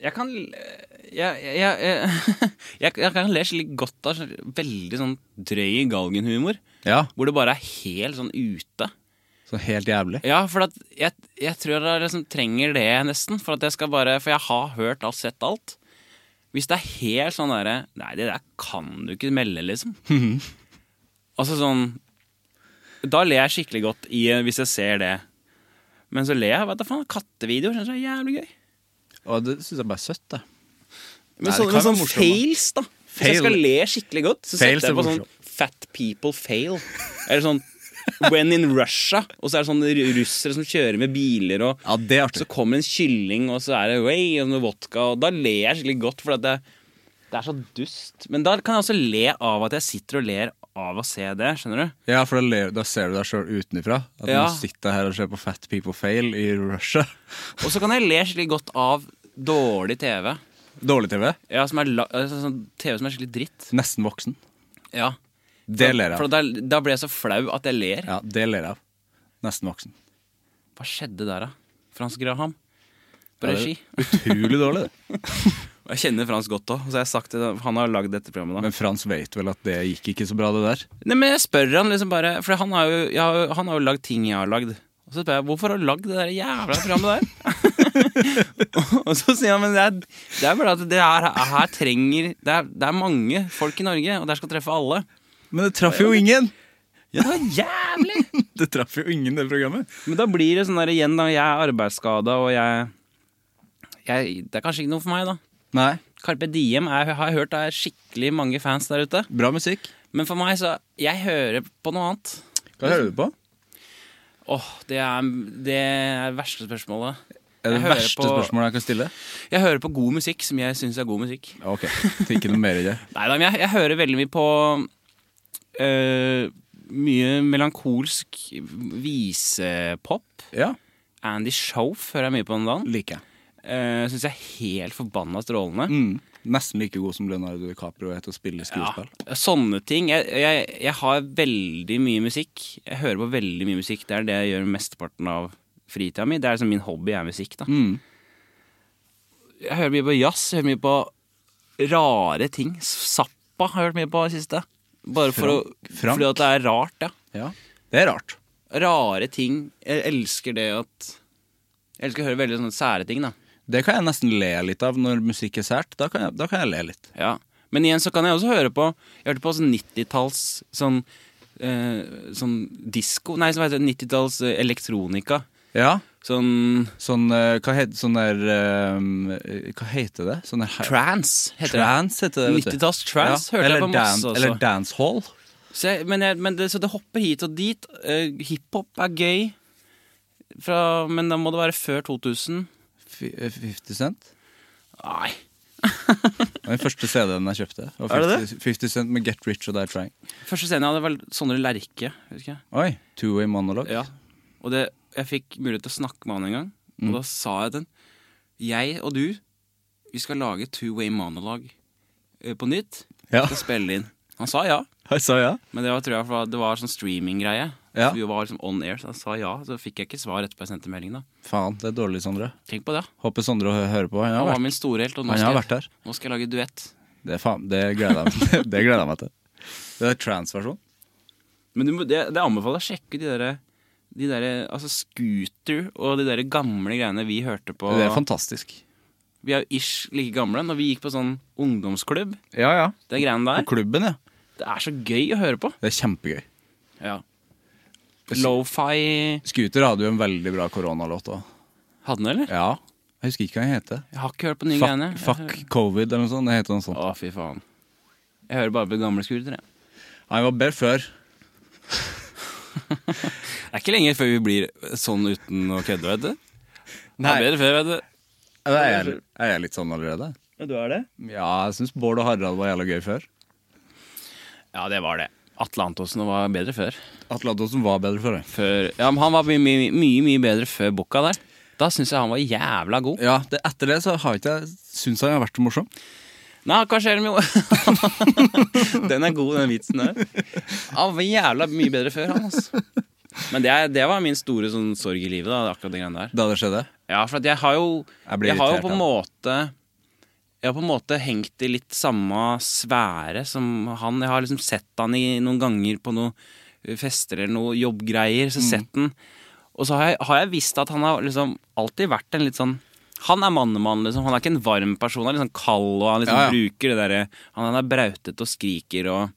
Jeg kan Jeg, jeg, jeg, jeg, jeg, kan le skikkelig godt av sånn veldig sånn drøy galgenhumor.
Ja.
Hvor det bare er helt sånn ute.
Så helt jævlig.
Ja, for at jeg, jeg tror jeg liksom trenger det nesten. For at jeg skal bare For jeg har hørt alt, sett alt. Hvis det er helt sånn derre Nei, det der kan du ikke melde, liksom. altså sånn Da ler jeg skikkelig godt i, eh, hvis jeg ser det. Men så ler jeg. Vet du faen, kattevideoer syns jeg er jævlig gøy.
Og det syns jeg bare er søtt, det.
Men
Nei, det
sånne,
kan
men sånn
være morsomt, da.
fails, da. Hvis jeg
Fail.
skal le skikkelig godt, så
Fails
setter jeg
er
på sånn Fat People Fail. Eller sånn When in Russia. Og så er det sånne ru- russere som kjører med biler, og
Ja, det er
så
artig.
kommer en kylling, og så er det way, og noe vodka, og da ler jeg skikkelig godt, for at det, det er så dust. Men da kan jeg også le av at jeg sitter og ler av å se det, skjønner du?
Ja, for da, le- da ser du deg sjøl utenfra. At
Ja.
nå sitter jeg her og ser på Fat People Fail i Russia.
Og så kan jeg le skikkelig godt av dårlig TV.
Dårlig TV.
Ja, som er la, altså, sånn TV som er skikkelig dritt.
Nesten voksen.
Ja.
Det ler jeg
For
av.
da, da ble jeg så flau at jeg ler.
Ja, det ler jeg av. Nesten voksen.
Hva skjedde der, da? Frans Graham på
Ja, det-
regi.
Utrolig dårlig, det.
Jeg kjenner Frans godt òg, så jeg har sagt det, han har lagd dette programmet. da
Men Frans vet vel at det gikk ikke så bra, det der.
Nei, men jeg spør han liksom bare For han har jo, jeg har, jo- han har jo lagd ting jeg har lagd. Og så spør jeg hvorfor har du lagd det der jævla programmet der? og så sier han men det er, det er bare at det her, her trenger det er, det er mange folk i Norge, og der skal treffe alle.
Men det traff jo ingen!
Det var jævlig!
Det traff jo ingen, det programmet.
Men da blir det sånn der igjen, da. Jeg er arbeidsskada, og jeg, jeg Det er kanskje ikke noe for meg, da.
Nei.
Carpe Diem er, har jeg hørt er skikkelig mange fans der ute.
Bra musikk.
Men for meg, så Jeg hører på noe annet.
Hva hører du på?
Åh, det er det er verste spørsmålet.
Er det
Jeg hører
verste
på-
spørsmålet jeg kan stille?
Jeg hører på god musikk som jeg syns er god musikk.
Ok, ikke noe mer i det.
Nei da, men jeg, jeg hører veldig mye på øh, Mye melankolsk visepop.
Ja,
Andy Schoaf hører jeg mye på om dagen.
liker jeg.
Uh, syns jeg er helt forbanna strålende.
Mm. Nesten like god som Leonardo DiCaprio er til å spille skuespill.
Ja, sånne ting. Jeg, jeg, jeg har veldig mye musikk. Jeg hører på veldig mye musikk. Det er det jeg gjør mesteparten av fritida mi. Det er liksom min hobby er musikk, da.
Mm.
Jeg hører mye på jazz, jeg hører mye på rare ting. Zappa har jeg hørt mye på i det siste. Bare for å,
Frank- Frank.
fordi at det er rart, ja.
Ja. Det er rart.
Rare ting. Jeg elsker det at Jeg elsker å høre veldig sånne sære ting, da.
Det kan jeg nesten le litt av når musikk er sært. Da kan jeg, da kan jeg le litt.
Ja. Men igjen så kan jeg også høre på Jeg hørte på sånn 90-talls sånn, eh, sånn disko Nei, så heter det 90-talls eh, elektronika.
Ja.
Sånn
Sånn, eh, hva, het, sånn der eh, Hva heter det? Sånn der
trans, heter
Trance heter det. vet du.
90-talls trance hørte jeg
eller
på masse også.
Eller dancehall.
det. Så, jeg, men jeg, men det, så det hopper hit og dit. Eh, Hiphop er gøy, fra, men da må det være før 2000.
Fi- eh, 50 Cent.
Nei.
Det var Den første CD-en jeg kjøpte. var
Er det
50, 50 Cent med Get Rich og Die Trying.
Første scenen jeg hadde, var Sondre Lerche. husker jeg.
Oi, Two-way monolog.
Ja. Og det, jeg fikk mulighet til å snakke med han en gang, og
Mm.
da sa jeg den. Jeg og du, vi skal lage two-way monolog eh, på nytt.
Ja.
Skal spille inn. Han sa ja,
Jeg sa ja.
men det var, tror jeg, for det var sånn streaming-greie.
Ja.
Så vi var liksom on air, så han sa ja. Så fikk jeg ikke svar etterpå jeg sendte melding, da.
Faen, det er dårlig, Sondre.
Tenk på det.
Håper Sondre hø- hører på. Han
Han
har
var
vært,
min storhelt, og nå
han har
skal,
vært her.
jeg, nå skal jeg lage duett.
Det, er faen, det, gleder jeg, meg- det gleder jeg meg til. Det er trans-versjon.
Men du, må- det, det anbefaler jeg å sjekke ut de derre de der, altså Scooter og de der gamle greiene vi hørte på.
Det er fantastisk.
Vi er jo ish like gamle når vi gikk på sånn ungdomsklubb.
Ja, ja.
Det greiene
På
der.
klubben, ja.
Det er så gøy å høre på.
Det er kjempegøy.
Ja. Lo-fi
Scooter hadde jo en veldig bra koronalåt òg.
Hadde den, eller?
Ja. Jeg husker ikke hva den heter.
Jeg har ikke hørt på de nye
Fuck,
greiene. Jeg
fuck
hører-
covid eller noe sånt. Det heter noe sånt.
Å, fy faen. Jeg hører bare på gamle skuter. jeg.
Han var bedre før.
Det er ikke lenge før vi blir sånn uten å kødde, vet du. Det
Nei.
er bedre før, vet du.
Er jeg, er jeg litt sånn allerede?
Ja, du er det?
Ja, jeg syns Bård og Harald var jævla gøy før.
Ja, det var det. Atle Antonsen var bedre før.
Atle Antonsen var bedre før. jeg.
før ja, men Han var mye, mye, mye, mye bedre før boka der. Da syns jeg han var jævla god.
Ja, det, Etter det så har ikke jeg syns han har vært så morsom.
Nei, hva skjer med jo Den er god, den vitsen der. Han var jævla mye bedre før, han, altså. Men det, er- det var min store sånn, sorg i livet, da, akkurat det greiene der.
Da det skjedde.
Ja, for at jeg har jo
Jeg
Jeg,
blir
har jo
irritert
på en måte Jeg har på en måte hengt i litt samme sfære som han. Jeg har liksom sett han i noen ganger på noen eh, fester eller noen jobbgreier.
Mm.
Så sett han. Og så har jeg, har jeg visst at han har liksom alltid vært en litt sånn han er mannemann, liksom. Han er ikke en varm person. Han er litt sånn kald, og han liksom
Ja, ja.
bruker det derre Han han er brautete og skriker og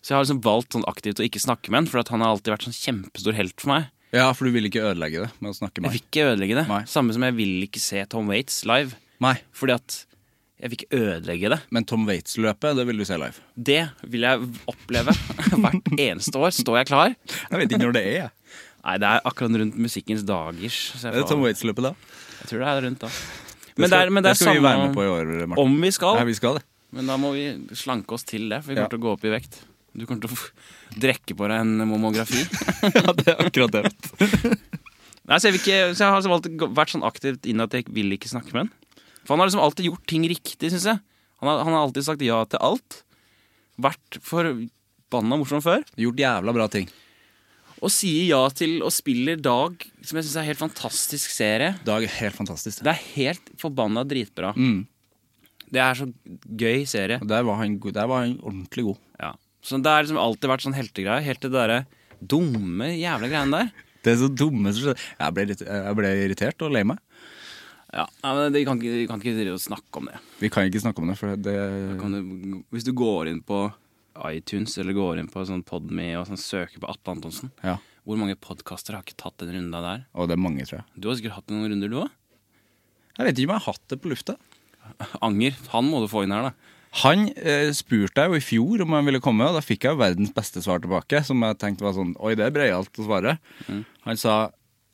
Så jeg har liksom valgt sånn aktivt å ikke snakke med han, for at han har alltid vært sånn kjempestor helt for meg.
Ja, for du vil ikke ødelegge det med å snakke
Jeg
med
vil ikke ødelegge det.
Nei.
Samme som jeg vil ikke se Tom Waits live.
Nei.
Fordi at Jeg vil ikke ødelegge det.
Men Tom Waits-løpet, det vil du se live.
Det vil jeg oppleve hvert eneste år. Står jeg klar?
Jeg vet ikke når det er. jeg.
Nei, det er akkurat rundt musikkens dagers. Så jeg,
Er det Tom
får,
Waits-løpet, da?
jeg tror det er rundt da.
Det
Men det
skal,
er, men det er
det skal vi være med på
samme
i år, Martin.
om vi skal.
Ja, vi skal det.
Men da må vi slanke oss til det, for vi
Ja.
kommer til å gå opp i vekt. Du kommer til å f- drikke på deg en mammografi.
Ja, det er akkurat det.
Nei, så jeg, vil ikke, så jeg har liksom alltid gå- vært sånn aktivt inn at jeg vil ikke snakke med han. For han har liksom alltid gjort ting riktig, syns jeg. Han har, han har alltid sagt ja til alt. Vært forbanna morsom før.
Gjort jævla bra ting.
Og sier ja til og spiller Dag, som jeg syns er en helt fantastisk serie.
Dag er helt fantastisk.
Det er helt forbanna dritbra.
Mm.
Det er så gøy serie.
Og Der var han, god- der var han ordentlig god.
Ja. Så det har liksom alltid vært sånn heltegreie. Helt til det derre dumme jævla greiene der.
Det er så dumme som skjedde. Jeg ble, litt- jeg ble irritert og lei meg.
Ja, nei, men Vi kan, ikke- vi kan ikke drive og snakke om det.
Vi kan ikke snakke om det, for det
Kan du, hvis du går inn på iTunes eller går inn på sånn Podme og sånn, søker på Atle Antonsen
Ja.
Hvor mange podkaster har ikke tatt den runda der?
Og det er mange, tror jeg.
Du har sikkert hatt noen runder, du òg?
Jeg vet ikke om jeg har hatt det på lufta.
Anger. Han må du få inn her, da.
Han eh, spurte jeg jo i fjor om han ville komme, og da fikk jeg jo verdens beste svar tilbake. Som jeg tenkte var sånn Oi, det er breialt å svare. Han sa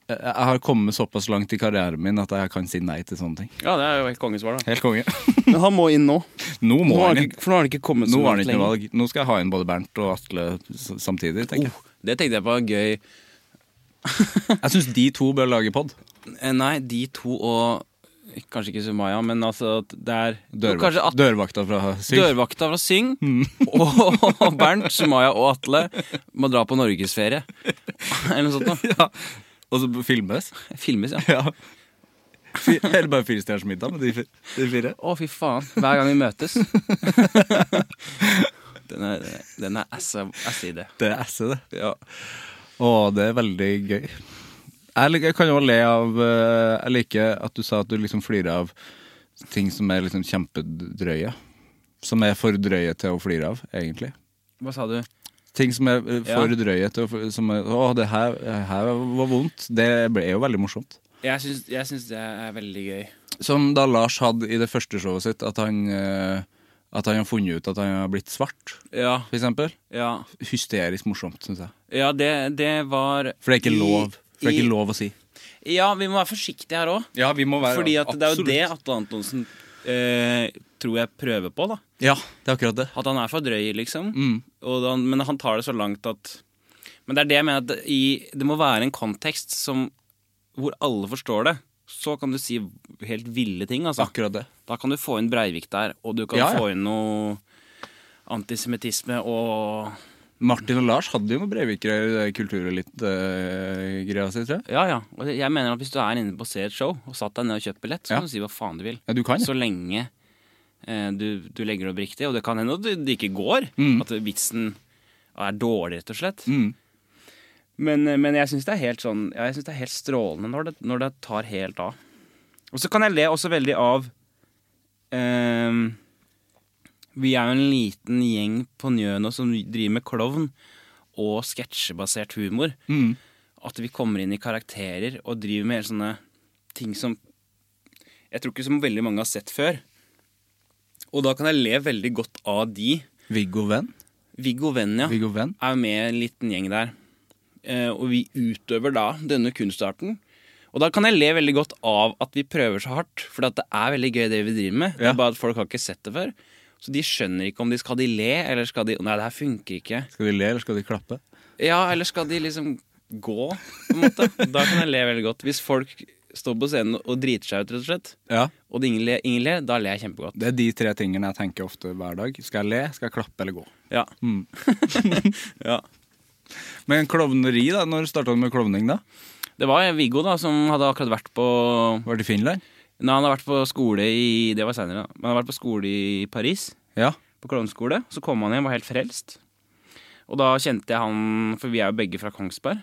«Jeg- jeg har kommet såpass langt i karrieren min at jeg kan si nei til sånne ting.
Ja, det er jo helt kongesvar, da.
Helt konge.
Men han må inn nå.
Nå må
nå har
han inn.
han ikke, for nå har han ikke kommet
Nå
så
har han
langt
ikke noe valg. Nå skal jeg ha inn både Bernt og Atle s- samtidig, tenker jeg.
Oh, det tenkte jeg på var gøy.
Jeg syns de to bør lage pod.
Eh, Nei, de to og Kanskje ikke Sumaya, men altså at det er Jo,
Dørvakt,
Kanskje at
dørvakta fra Syng.
Dørvakta fra Syng Mm. og Bernt, Sumaya og Atle må dra på norgesferie. Eller noe sånt noe.
Ja. Og så filmes.
Filmes, ja.
Ja. Fy- Eller bare Firestjerners middag med de fi- de fire.
Å, fy faen. Hver gang vi møtes. Den er, den er ass- ass-idé.
Det er esse, det. Ja. Og det er veldig gøy. Jeg, lik- jeg kan jo le av eh, Jeg liker at du sa at du liksom flirer av ting som er liksom kjempedrøye. Som er for drøye til å flire av, egentlig.
Hva sa du?
Ting som er eh, for
Ja.
drøye til å fl- som er, Å, det her, her var vondt. Det ble jo veldig morsomt.
Jeg syns, jeg syns det er veldig gøy.
Som da Lars hadde i det første showet sitt, at han, eh, at han har funnet ut at han har blitt svart,
Ja.
for eksempel.
Ja,
Hysterisk morsomt, syns jeg.
ja det, det var
For det er
i-
ikke lov. For det er
i-
ikke lov å si.
Ja, vi må være forsiktige her òg.
Ja, vi må være
Fordi at det er jo det Atle Antonsen eh, tror jeg prøver på. da
Ja, det er akkurat det.
At han er for drøy, liksom.
Mm.
Og da, men han tar det så langt at Men det er det jeg mener at det, i, det må være en kontekst som, hvor alle forstår det. Så kan du si helt ville ting, altså.
Akkurat det.
Da kan du få inn Breivik der, og du kan
Ja, ja.
få inn noe antisemittisme og
Martin og Lars hadde jo noe Breivik-greier, kulturelite-greia si, tror jeg.
Ja, ja. Og jeg mener at hvis du er inne på å se et show og satt deg ned og kjøpt billett, så
Ja.
kan du si hva faen du vil.
Ja, du kan, ja.
Så lenge eh, du, du legger det opp riktig. Og det kan hende at det ikke går.
Mm.
At vitsen er dårlig, rett og slett. Men, eh, men jeg syns det er helt sånn ja, Jeg synes det er helt strålende når det, når det tar helt av. Og så kan jeg le også veldig av eh, Vi er jo en liten gjeng på Njø nå som driver med klovn og sketsjebasert humor
mm.
at vi kommer inn i karakterer og driver med helt sånne ting som jeg tror ikke så veldig mange har sett før. Og da kan jeg le veldig godt av de.
Viggo Venn.
Viggo Venja
Viggo Venn.
er jo med i en liten gjeng der. Eh, og vi utøver da denne kunstarten. Og da kan jeg le veldig godt av at vi prøver så hardt, for at det er veldig gøy det vi driver med. Det
Ja.
er bare at Folk har ikke sett det før. Så de skjønner ikke om de skal de le, eller skal de Nei, det her funker ikke.
Skal de le, eller skal de klappe?
Ja, eller skal de liksom gå, på en måte? Da kan jeg le veldig godt. Hvis folk står på scenen og driter seg ut, rett og slett,
Ja.
og det ingen ler, ingen ler da ler jeg kjempegodt.
Det er de tre tingene jeg tenker ofte hver dag. Skal jeg le, skal jeg klappe eller gå?
Ja. ja.
Men klovneri, da? Når starta du med klovning, da?
Det var Viggo da, som hadde akkurat vært på
Var det i Finland?
Nei, han har vært på skole i Det var senere, da. Men han har vært på skole i Paris,
Ja.
på klovneskole. Så kom han hjem, var helt frelst. Og da kjente jeg han, for vi er jo begge fra Kongsberg.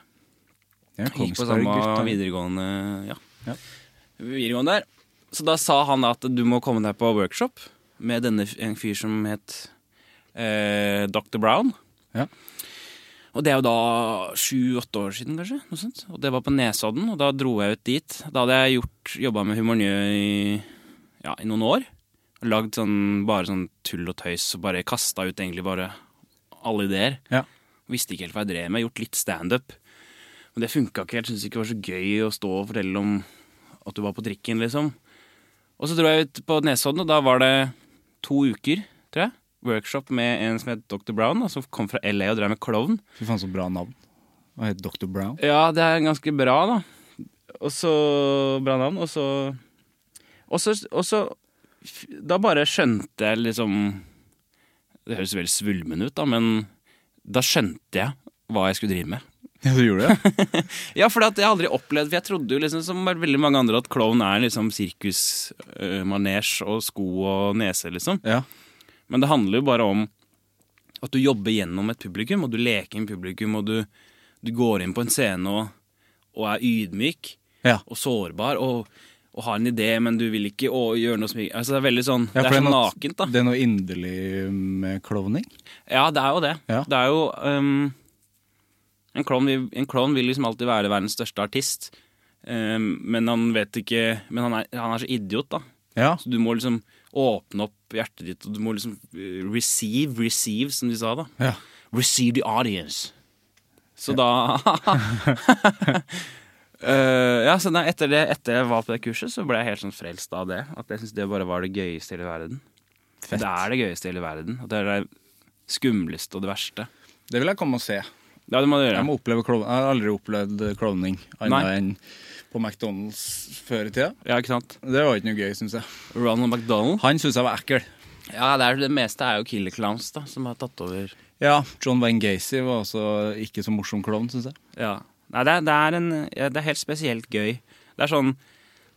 ja
Gikk på
Kongsberg,
samme
gutta.
videregående ja.
Ja.
Videregående der Så da sa han at du må komme deg på workshop Med denne f- en fyr som het eh, Dr. Brown
Ja.
Og det er jo da 7-8 år siden kanskje noe sånt. Og det var på Nesodden Og da dro jeg ut dit Da hadde jeg gjort, jobbet med Humornjø i, ja, i noen år Lagd sånn, bare sånn tull og tøys og bare kasta ut egentlig bare alle ideer.
Ja.
Visste ikke helt hva jeg drev med. Gjort litt standup. Men det funka ikke helt. Syntes ikke det var så gøy å stå og fortelle om at du var på trikken, liksom. Og så dro jeg ut på Nesodden, og da var det to uker, tror jeg. Workshop med en som het Dr. Brown, da, som kom fra LA og drev med klovn.
Fy faen, så bra navn. Han heter Dr. Brown.
Ja, det er ganske bra, da. Og så Bra navn. Og så Og så og så- Da bare skjønte jeg liksom Det høres veldig svulmende ut, da, men da skjønte jeg hva jeg skulle drive med.
Ja, du gjorde det?
Ja, for det har jeg aldri opplevd. For jeg trodde jo liksom, som veldig mange andre, at klovn er liksom sirkusmanesj og sko og nese, liksom.
ja.
Men det handler jo bare om at du jobber gjennom et publikum, og du leker med publikum, og du, du går inn på en scene og, og er ydmyk
Ja.
og sårbar og, og har en idé, men du vil ikke å, gjøre noe smyg... Altså, det er veldig sånn
Ja,
Det
for
er så
noe-
nakent, da.
Det er noe inderlig med klovning.
Ja, det er jo det.
Ja.
Det er jo ehm, en, klovn vil, en klovn vil liksom alltid være verdens største artist, ehm, men han vet ikke Men han er, han er så idiot, da.
Ja.
Så du må liksom åpne opp hjertet ditt, og du må liksom eh, receive, receive, som de sa da.
Ja.
Receive the audience. Så da Eh, Ja, så nei, etter, det, etter jeg var på det kurset, så ble jeg helt sånn frelst av det. At jeg syntes det bare var det gøyeste i hele verden. Det er det gøyeste i hele verden. Og det er det skumleste og det verste.
Det vil jeg komme og se.
Ja, det må du gjøre.
Jeg må oppleve klovning. Jeg har aldri opplevd klovning annet
Nei.
enn på McDonald's før i tida.
Ja, ikke sant?
Det var ikke noe gøy, syns jeg.
Ronald McDonald.
Han syns jeg var ekkel.
Ja, det, er, det meste er jo Killer Clowns, da, som har tatt over.
Ja, John Wayne Gacy var også ikke så morsom klovn, syns jeg.
Ja. Nei, det er, det, er en, ja, det er helt spesielt gøy. Det er sånn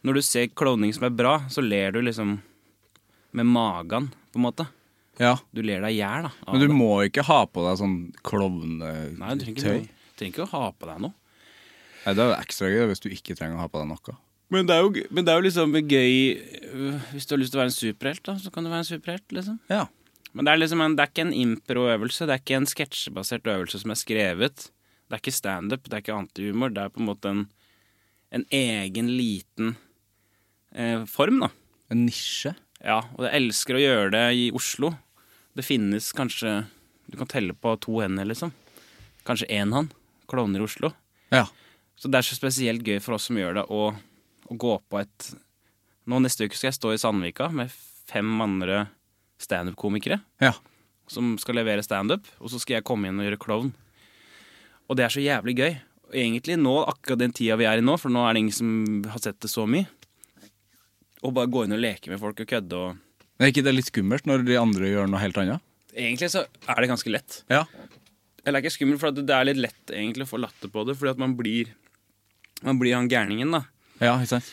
Når du ser klovning som er bra, så ler du liksom med magen, på en måte.
Ja,
Du ler deg i hjel, da. av
Men du
det.
må ikke ha på deg sånn
Nei, du trenger ikke,
klovnetøy.
noe- trenger ikke å ha på deg noe.
Nei, Det er jo ekstra gøy hvis du ikke trenger å ha på deg noe.
Men det er jo, gøy- men det er jo liksom gøy øh, Hvis du har lyst til å være en superhelt, da, så kan du være en superhelt, liksom.
Ja.
Men det er liksom en, det er ikke en improøvelse. Det er ikke en sketsjebasert øvelse som er skrevet. Det er ikke standup, det er ikke antihumor. Det er på en måte en, en egen, liten eh, form, da.
En nisje.
Ja, og jeg elsker å gjøre det i Oslo. Det finnes kanskje Du kan telle på to hender, liksom. Kanskje én hånd. Klovner i Oslo.
Ja.
Så det er så spesielt gøy for oss som gjør det, å, å gå på et Nå Neste uke skal jeg stå i Sandvika med fem andre standup-komikere
ja.
som skal levere standup, og så skal jeg komme inn og gjøre klovn. Og det er så jævlig gøy. Og Egentlig nå, akkurat den tida vi er i nå, for nå er det ingen som har sett det så mye. Å bare gå inn og leke med folk og kødde og
Men er ikke det litt skummelt når de andre gjør noe helt annet?
Egentlig så er det ganske lett.
Ja.
Eller det er ikke skummelt, for at det er litt lett egentlig å få latter på det, fordi at man blir Man blir han gærningen, da.
Ja, ikke sant?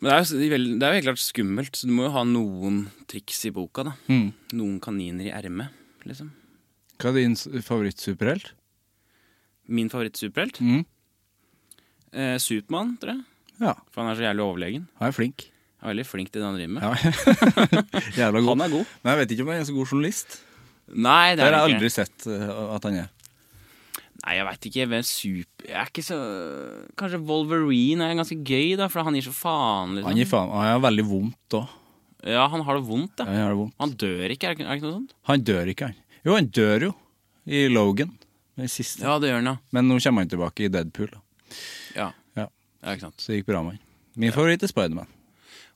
Men det er, jo, s- vel- det er jo helt klart skummelt, så du må jo ha noen triks i boka, da.
Mm.
Noen kaniner i ermet, liksom.
Hva er din s- favorittsuperhelt?
Min favorittsuperhelt?
Mhm.
Eh, Supermann, tror jeg.
Ja,
For han er så jævlig overlegen.
han er flink.
Han er veldig flink til det han driver med.
Ja. Jævla god.
Han er god.
Men jeg vet ikke om han er så god journalist.
Nei,
Det
det
har
er
jeg
han
aldri
ikke.
sett eh, at han er.
Nei, jeg veit ikke. Hvem super... Jeg er ikke så Kanskje Wolverine er ganske gøy, da, for han gir så faen, liksom.
Han gir faen, han har veldig vondt òg.
Ja, han har det vondt, da.
Han, har det vondt.
Han dør ikke, er det ikke, er det ikke noe sånn? sånt?
han dør ikke, han. Jo, han dør jo i Logan, den siste.
Ja, det gjør han, ja.
Men nå kommer han tilbake i Deadpool, da.
Ja,
Ja,
ja ikke sant.
så det gikk bra med han. Min favoritt er Spiderman.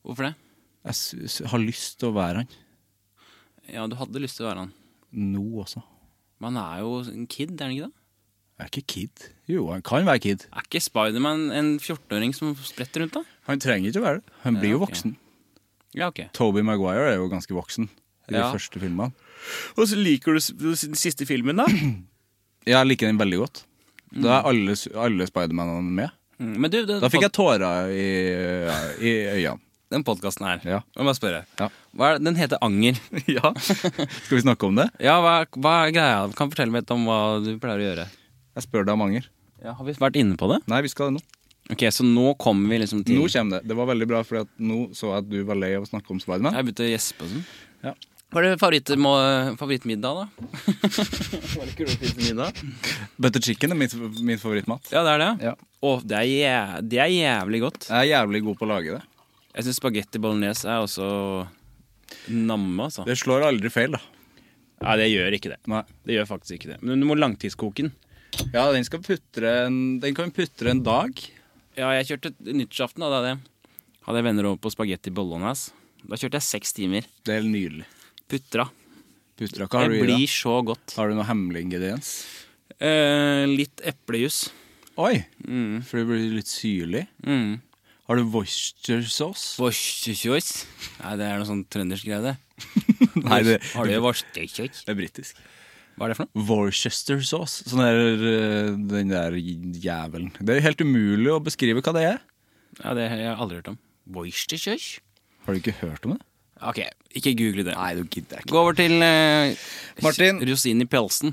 Hvorfor det?
Jeg s s har lyst til å være han
Ja, du hadde lyst til å være han.
nå også.
Men han er jo en kid, er han ikke det?
Jeg er ikke kid. Jo, han kan være kid.
Er ikke Spiderman en 14-åring som spretter rundt, da?
Han trenger ikke å være det. Han blir
Ja,
jo
ok.
voksen.
Ja, ok.
Toby Maguire er jo ganske voksen i de
Ja.
første filmene.
Og så liker du den siste filmen, da?
Jeg liker den veldig godt. Da er alle, s- alle Spidermanene med.
Mm, Men du, den,
Da fikk jeg tårer i, i øynene.
den podkasten her,
Ja.
jeg må bare spørre.
Ja.
Hva er, den heter Anger.
Ja. Skal vi snakke om det?
Ja, hva, hva er greia? Kan du fortelle meg litt om hva du pleier å gjøre?
Jeg spør deg om anger.
Ja, Har vi vært inne på det?
Nei, vi skal det nå.
Ok, Så nå kommer vi liksom til
Nå kommer det. Det var veldig bra, for nå så jeg at du var lei av å snakke om Spiderman.
Jeg begynte å gjespe og sånn.
Ja.
Hva er det favoritt, må, favorittmiddag, da?
Butter chicken er mitt, min favorittmat.
Ja, det er det?
Ja.
Å, det, er jæ det er jævlig godt.
Jeg er jævlig god på å lage det.
Jeg syns spagetti bolognese er også Namme, altså.
Det slår aldri feil, da.
Nei, det gjør ikke det.
Nei.
Det gjør faktisk ikke det. Men du må langtidskoke den.
Ja, den skal putre en, Den kan putre en dag.
Ja, jeg kjørte nyttårsaften, da. da hadde jeg- Hadde jeg venner over på spagetti bolognese. Da kjørte jeg seks timer.
Det er helt nydelig.
Putra.
Putra, hva
Det
har du i
blir
da?
så godt.
Har du noe hemmelig ingrediens?
Eh, litt eplejus.
Oi! For det blir litt syrlig.
Mm.
Har du Worcestershire-sauce?
Vorstekjøs. Nei, det er noe sånn trøndersk greie, det.
Nei, det,
Har du vorstekjøs?
det er britisk.
Hva er det for noe?
Worcestershire-sauce. Sånn der, eh, den der jævelen. Det er helt umulig å beskrive hva det er.
Ja, Det har jeg aldri hørt om. Vorstekjøs?
Har du ikke hørt om det?
Ok, ikke google det.
du gidder
Gå over til eh,
Martin.
rosin i pelsen.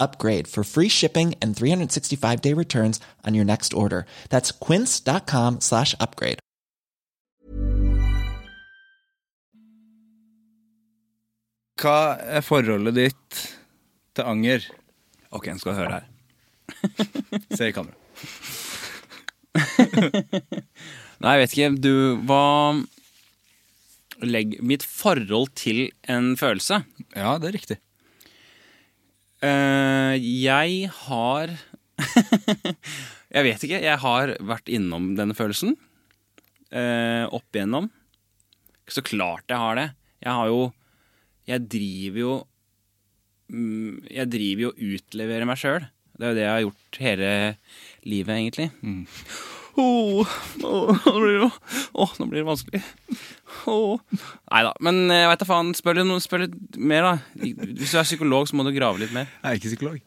upgrade for free shipping and 365 day returns on your next order. That's quince.com slash upgrade.
Hva er forholdet ditt til anger?
Ok, nå skal du høre her.
Se i kamera.
Nei, jeg vet ikke. Du, hva Legg mitt forhold til en følelse.
Ja, det er riktig.
Eh, jeg har Jeg vet ikke. Jeg har vært innom denne følelsen. eh, opp igjennom. Så klart jeg har det. Jeg har jo Jeg driver jo mm, Jeg driver jo og utleverer meg sjøl. Det er jo det jeg har gjort hele livet, egentlig. Åh, åh, nå, blir det, åh, nå blir det vanskelig. Nei da. Men eh, jeg veit da faen. Spør litt, noe- spør litt mer, da. Hvis du er psykolog, så må du grave litt mer.
Jeg er ikke psykolog.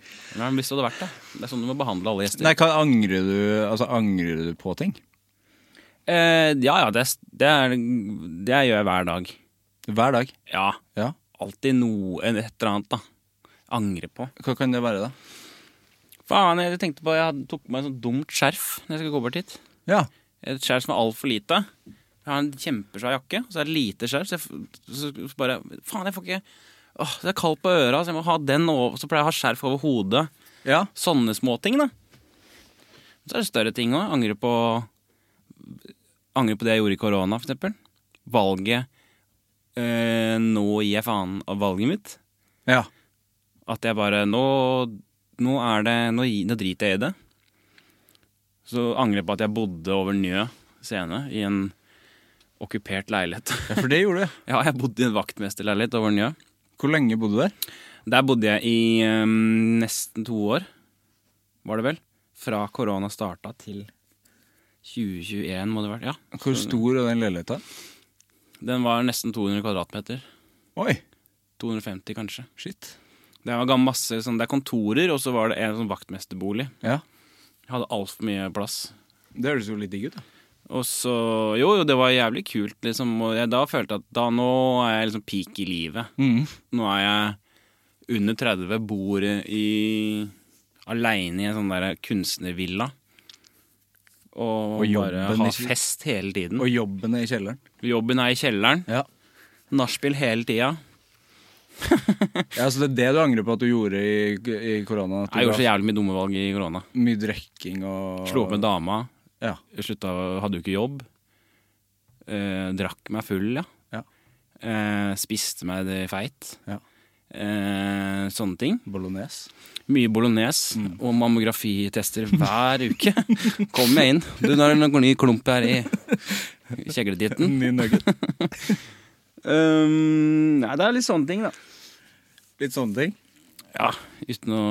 Nei, men hvis du hadde vært det. Det er sånn du må behandle alle gjester.
Nei, hva angrer du, altså, angrer du på ting?
Eh, ja ja, det, er- det, er, det gjør jeg hver dag.
Hver dag.
Ja.
Ja.
Alltid noe et eller annet, da. Angre på.
Hva kan det være, da?
Faen, jeg tenkte på Jeg hadde- tok på meg et sånt dumt skjerf når jeg skulle gå bort hit.
Ja.
Et skjerf som er altfor lite. Jeg har en kjempesvær jakke, og så er det lite skjerf. Så jeg f- så bare Faen, jeg får ikke Åh, Det er kaldt på øra, så jeg må ha den over. Så pleier jeg å ha skjerf over hodet.
Ja.
Sånne småting, da. Så er det større ting òg. Angrer på Angrer på det jeg gjorde i korona, for eksempel. Valget eh, Nå gir jeg faen av valget mitt.
ja.
At jeg bare Nå, nå er det nå, gi- nå driter jeg i det. Så angrer jeg på at jeg bodde over Njø scene i en okkupert leilighet.
Ja, For det gjorde du.
ja, jeg bodde i en vaktmesterleilighet over Njø.
Hvor lenge bodde du der?
Der bodde jeg i eh, nesten to år, var det vel. Fra korona starta til 2021, må det ha vært. Ja.
Hvor stor er den leiligheta?
Den var nesten 200 kvadratmeter.
Oi,
250, kanskje.
shit.
Det var gam- masse sånn, det er kontorer, og så var det en sånn vaktmesterbolig.
Ja.
Jeg hadde altfor mye plass.
Det høres jo litt digg ut, da.
Og så Jo, jo, det var jævlig kult, liksom. Og jeg da følte jeg at da nå er jeg liksom peak i livet.
Mm.
Nå er jeg under 30, bor i Aleine i en sånn der kunstnervilla. Og,
Og jobben i
bare ha
kjell-
fest hele tiden.
Og jobben er i kjelleren.
Jobben er i kjelleren.
Mm. Ja.
Nachspiel hele tida.
ja, Så det er det du angrer på at du gjorde i, i korona? At du
Jeg gjorde så
ga
jævlig mye dumme valg i korona.
Mye drikking og
Slo opp med dama.
Ja.
Slutta, hadde jo ikke jobb. Eh, drakk meg full, ja.
Ja.
Eh, spiste meg det feit.
Ja.
Eh, sånne ting.
Bolognese.
Mye bolognese og mammografitester hver uke. Kom jeg inn. Du, nå er det noen ny klump her i kjegleditten.
Ny nugget.
Um, nei, det er litt sånne ting, da.
Litt sånne ting.
Ja, uten å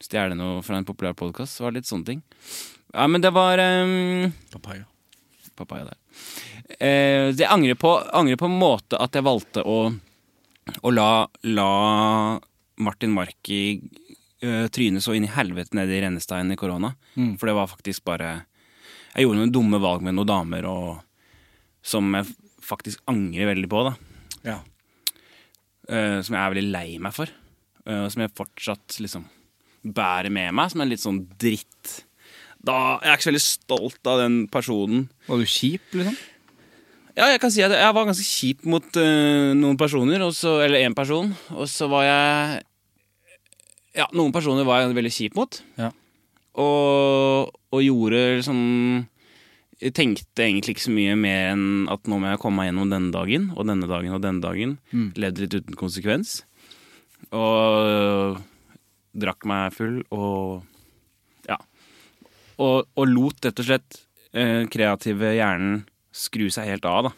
stjele noe fra en populær podkast, så var det litt sånne ting. Ja, men det var um,
Papaya.
Papaya der. Eh, jeg angrer på, angrer på en måte at jeg valgte å, å la, la Martin Marki eh, tryne så inn i helvete nede i rennesteinen i korona. For det var faktisk bare Jeg gjorde noen dumme valg med noen damer og, som jeg faktisk angrer veldig på. da
Ja.
eh, som jeg er veldig lei meg for. eh, Og som jeg fortsatt liksom bærer med meg, som er litt sånn dritt. Da, jeg er ikke så veldig stolt av den personen.
Var du kjip, liksom?
Ja, jeg kan si at jeg var ganske kjip mot eh, noen personer, og så- eller én person. Og så var jeg Ja, noen personer var jeg veldig kjip mot.
Ja.
Og, og gjorde liksom Jeg tenkte egentlig ikke så mye mer enn at nå må jeg komme meg gjennom denne dagen og denne dagen og denne dagen. Levde litt uten konsekvens. Og drakk meg full og Ja. Og, og lot rett og slett eh, kreative hjernen skru seg helt av, da.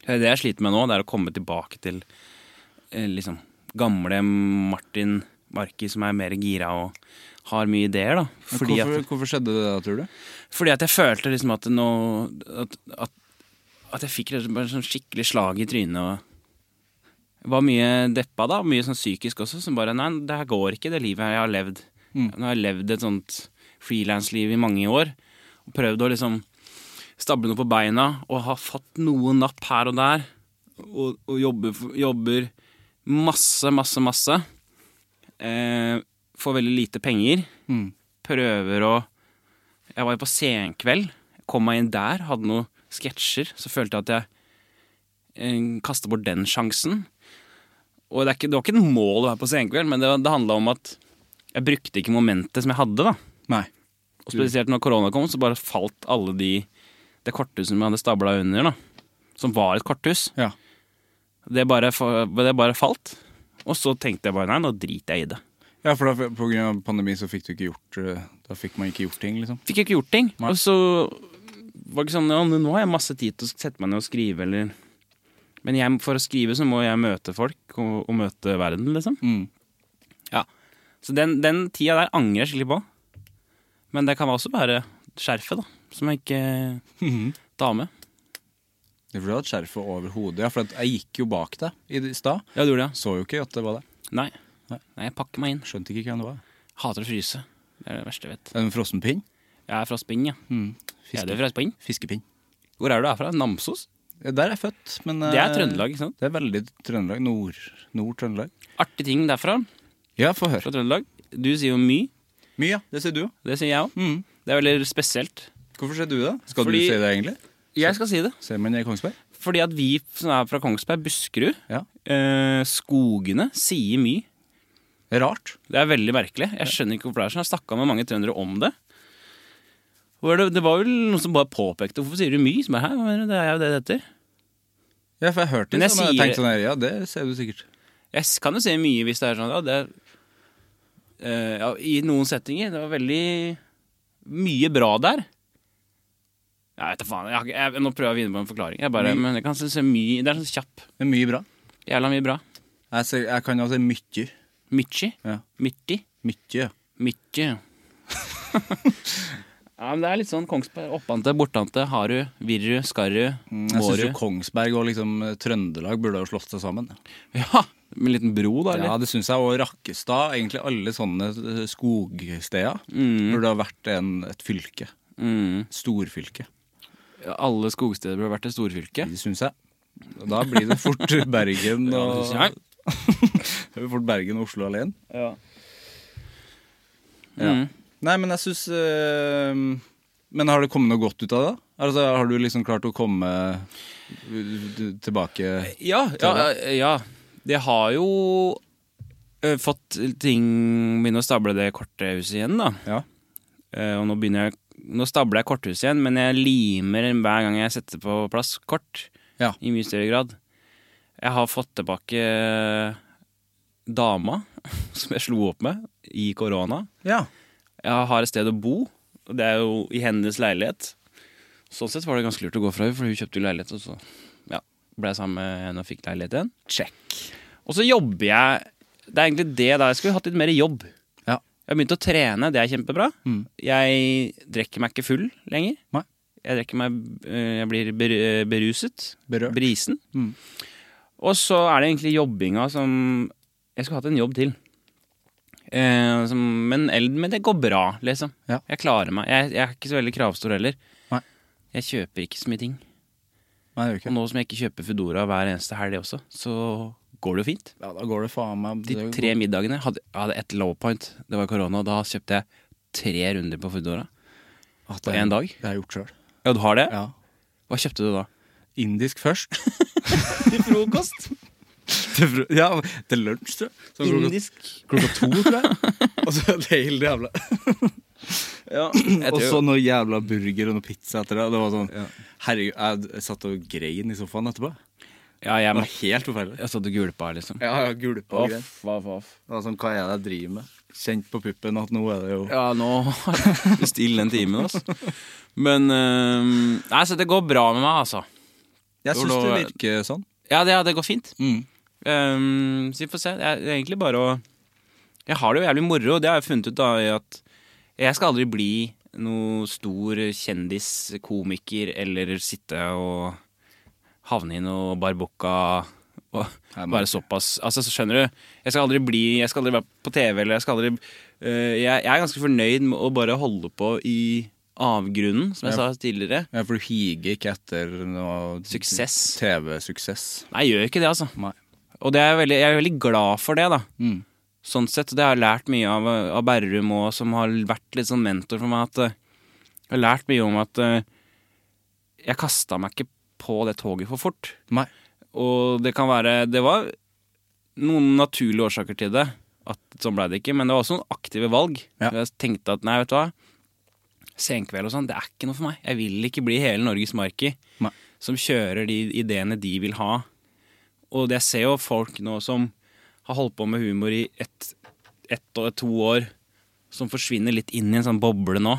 Det er det jeg sliter med nå, det er å komme tilbake til eh, liksom gamle Martin Marki, som er mer gira og har mye ideer, da. Fordi at,
hvorfor, hvorfor skjedde det da, tror du?
fordi at jeg følte liksom at nå At, at, at jeg fikk rett og slett bare sånn skikkelig slag i trynet og jeg var mye deppa da, mye sånn psykisk også, som bare Nei, det her går ikke, det livet jeg har levd. Nå har jeg levd et sånt frilansliv i mange år. Og prøvd å liksom stable noe på beina og har fått noe napp her og der. Og, og jobber, for- jobber masse, masse, masse. Eh, får veldig lite penger. Prøver å jeg var jo på senkveld, kom meg inn der, hadde noen sketsjer. Så følte jeg at jeg kasta bort den sjansen. Og det, er ikke, det var ikke et mål å være på senkveld, men det, var- det handla om at jeg brukte ikke momentet som jeg hadde. da.
Nei.
Og spesielt når korona kom, så bare falt alle de det korthuset som jeg hadde stabla under, da. Som var et korthus.
Ja.
Det bare, fa- det bare falt. Og så tenkte jeg bare nei, nå driter jeg i det.
Ja, for da, på grunn av pandemi så fikk du ikke gjort eh, Da fikk man ikke gjort ting, liksom.
fikk jeg ikke gjort ting.
Nei.
Og så var det ikke sånn ja, nå har jeg masse tid til å sette meg ned og skrive, eller Men jeg, for å skrive så må jeg møte folk, og, og møte verden, liksom.
Mm.
Ja. Så den, den tida der angrer jeg skikkelig på. Men det kan også være skjerfet, da, som jeg ikke tar med.
Det er fordi du hadde skjerfet over hodet. Ja, for at jeg gikk jo bak deg i stad.
Ja, du gjorde det?
Så jo ikke at det var der.
Nei.
Nei.
Nei, jeg pakker meg inn.
Skjønte ikke hvem det var.
Hater å fryse. Det er det verste jeg vet.
En frossenpinn?
Jeg er fra Spinn, ja. Jeg er
Mm. Fiske,
fra Spinn.
fiskepinn.
Hvor er du herfra? Namsos?
Ja, der er jeg født, men eh,
Det er Trøndelag, ikke sant?
Det er veldig Trøndelag. Nord- Nord-Trøndelag.
Artig ting derfra,
ja, få høre.
fra Trøndelag. Du sier jo My.
Mye, ja. Det sier du jo.
Det sier jeg òg.
Mm.
Det er veldig spesielt.
Hvorfor sier du det? Skal
Fordi-
du si det, egentlig?
Jeg skal si det.
Ser man i Kongsberg?
Fordi at vi som er fra Kongsberg, Buskerud,
Ja.
eh, skogene, sier mye.
Det er rart.
Det er veldig merkelig. Jeg skjønner ikke hvorfor det er sånn. Jeg snakka med mange trøndere om det. Og det, det var vel noen som bare påpekte 'hvorfor sier du my?' Som er her, det er jo det det heter.
Ja, for jeg hørte
Men
det
jeg
sånn, og jeg
sier-
tenkte sånn her, ja, det ser du sikkert.
Jeg s- kan jo si mye hvis det er sånn ja, det er, eh, ja, I noen settinger. Det var veldig mye bra der. Jeg vet da faen. Jeg, har ikke- jeg, nå prøver jeg å vinne på en forklaring. Jeg
My.
bare, men jeg kan si si mye, Det er sånn kjapp.
Det er mye bra.
Jævla mye bra.
Jeg, ser, jeg kan jo si mye.
Mytchi.
Ja.
Myrti.
Mye, ja.
Myrti. ja, men det er litt sånn Kongsberg. Oppante, bortante, Haru, Virru, Skarru,
Mm, Jeg syns
Måru.
jo Kongsberg og liksom eh, Trøndelag burde ha slått seg sammen.
Ja, med en liten bro, da,
Ja,
eller?
det syns jeg. Og Rakkestad. Egentlig alle sånne eh, skogsteder burde ha vært en, et fylke.
Mm.
Storfylke.
Alle skogsteder burde vært et storfylke.
Det syns jeg. Og Da blir det fort Bergen og
Ja, det
Det blir fort Bergen og Oslo alene. Ja.
Mm.
Nei, men jeg syns Men har det kommet noe godt ut av det? Altså, Har du liksom klart å komme eh, tilbake
Ja, ja, ja. Det har jo ø, fått ting Begynne å stable det korthuset igjen, da.
Ja.
Eh, og nå begynner jeg Nå stabler jeg korthuset igjen, men jeg limer hver gang jeg setter på plass kort.
Ja.
I mye større grad. Jeg har fått tilbake eh, dama, som jeg slo opp med i korona.
Ja.
Jeg har et sted å bo, og det er jo i hennes leilighet. Sånn sett var det ganske lurt å gå fra henne, for hun kjøpte jo leilighet, og så ja, ble jeg sammen med henne og fikk leilighet igjen. Check. Og så jobber jeg Det er egentlig det da. Jeg skulle hatt litt mer jobb.
Ja. Mm.
Jeg har begynt å trene, det er kjempebra. Jeg drikker meg ikke full lenger.
Nei.
Jeg drikker meg eh, Jeg blir ber, beruset.
Berørt.
Brisen.
Mm.
Og så er det egentlig jobbinga som Jeg skulle hatt en jobb til. Eh, som, men, eld- men det går bra, liksom.
Ja.
Jeg klarer meg. Jeg, jeg er ikke så veldig kravstor heller.
Nei.
Jeg kjøper ikke så mye ting.
Nei, det gjør ikke
Og nå som jeg ikke kjøper Foodora hver eneste helg også, så går det jo fint.
Ja, da går det faen meg
De
det-
tre middagene hadde, jeg hadde ett low point. Det var korona, og da kjøpte jeg tre runder på Foodora.
at
på
det-
en dag?
Det har jeg gjort sjøl.
Ja, du har det?
Ja.
Hva kjøpte du da?
Indisk først.
Til frokost.
til, fro- ja, til lunsj, tror jeg. Sånn klokka- Klokka to, tror jeg. Og så det er helt jævla
jeg
Og
tror-
så noe jævla burger og noe pizza etter det. Det var sånn, Herregud, jeg satt og grein i sofaen etterpå.
Ja, jeg,
Det var
må-
helt forferdelig.
jeg satt og gulpa, liksom.
Ja, ja, gulpa og grein.
Off, off, off.
Det var sånn, hva er det jeg driver med? Kjent på puppen at nå er det jo
Ja, nå Still den timen, altså. Men øhm, Nei, så det går bra med meg, altså.
Jeg
syns
syns det
det
virker sånn.
Ja, det, ja, det går fint.
Mm.
Øhm, Ehm, så vi får se. Det er det er egentlig bare å Jeg har det jo jævlig moro, og det har jeg funnet ut da i at jeg skal aldri bli noe stor kjendis, komiker eller sitte og havne i noe barbokka og bare såpass. Altså, så skjønner du. Jeg skal aldri bli Jeg skal aldri være på TV eller jeg skal aldri øh, jeg, jeg er ganske fornøyd med å bare holde på i avgrunnen, som jeg sa tidligere.
Ja, For du higer ikke etter noe
Suksess.
TV-suksess.
Nei, jeg gjør ikke det, altså.
Nei.
Og det er jeg, veldig, jeg er veldig glad for det, da.
Mm.
Sånn sett, og det har jeg lært mye av, av Berrum òg, som har vært litt sånn mentor for meg. At eh, jeg har lært mye om at eh, jeg kasta meg ikke på det toget for fort.
Nei.
Og det kan være Det var noen naturlige årsaker til det. At Sånn ble det ikke, men det var også noen aktive valg.
Ja.
Jeg tenkte at nei, vet du hva. Senkveld og sånn, det er ikke noe for meg. Jeg vil ikke bli hele Norges Marki
Nei.
som kjører de ideene de vil ha. Og det- jeg ser jo folk nå som har holdt på med humor i ett ett og to år, som forsvinner litt inn i en sånn boble nå.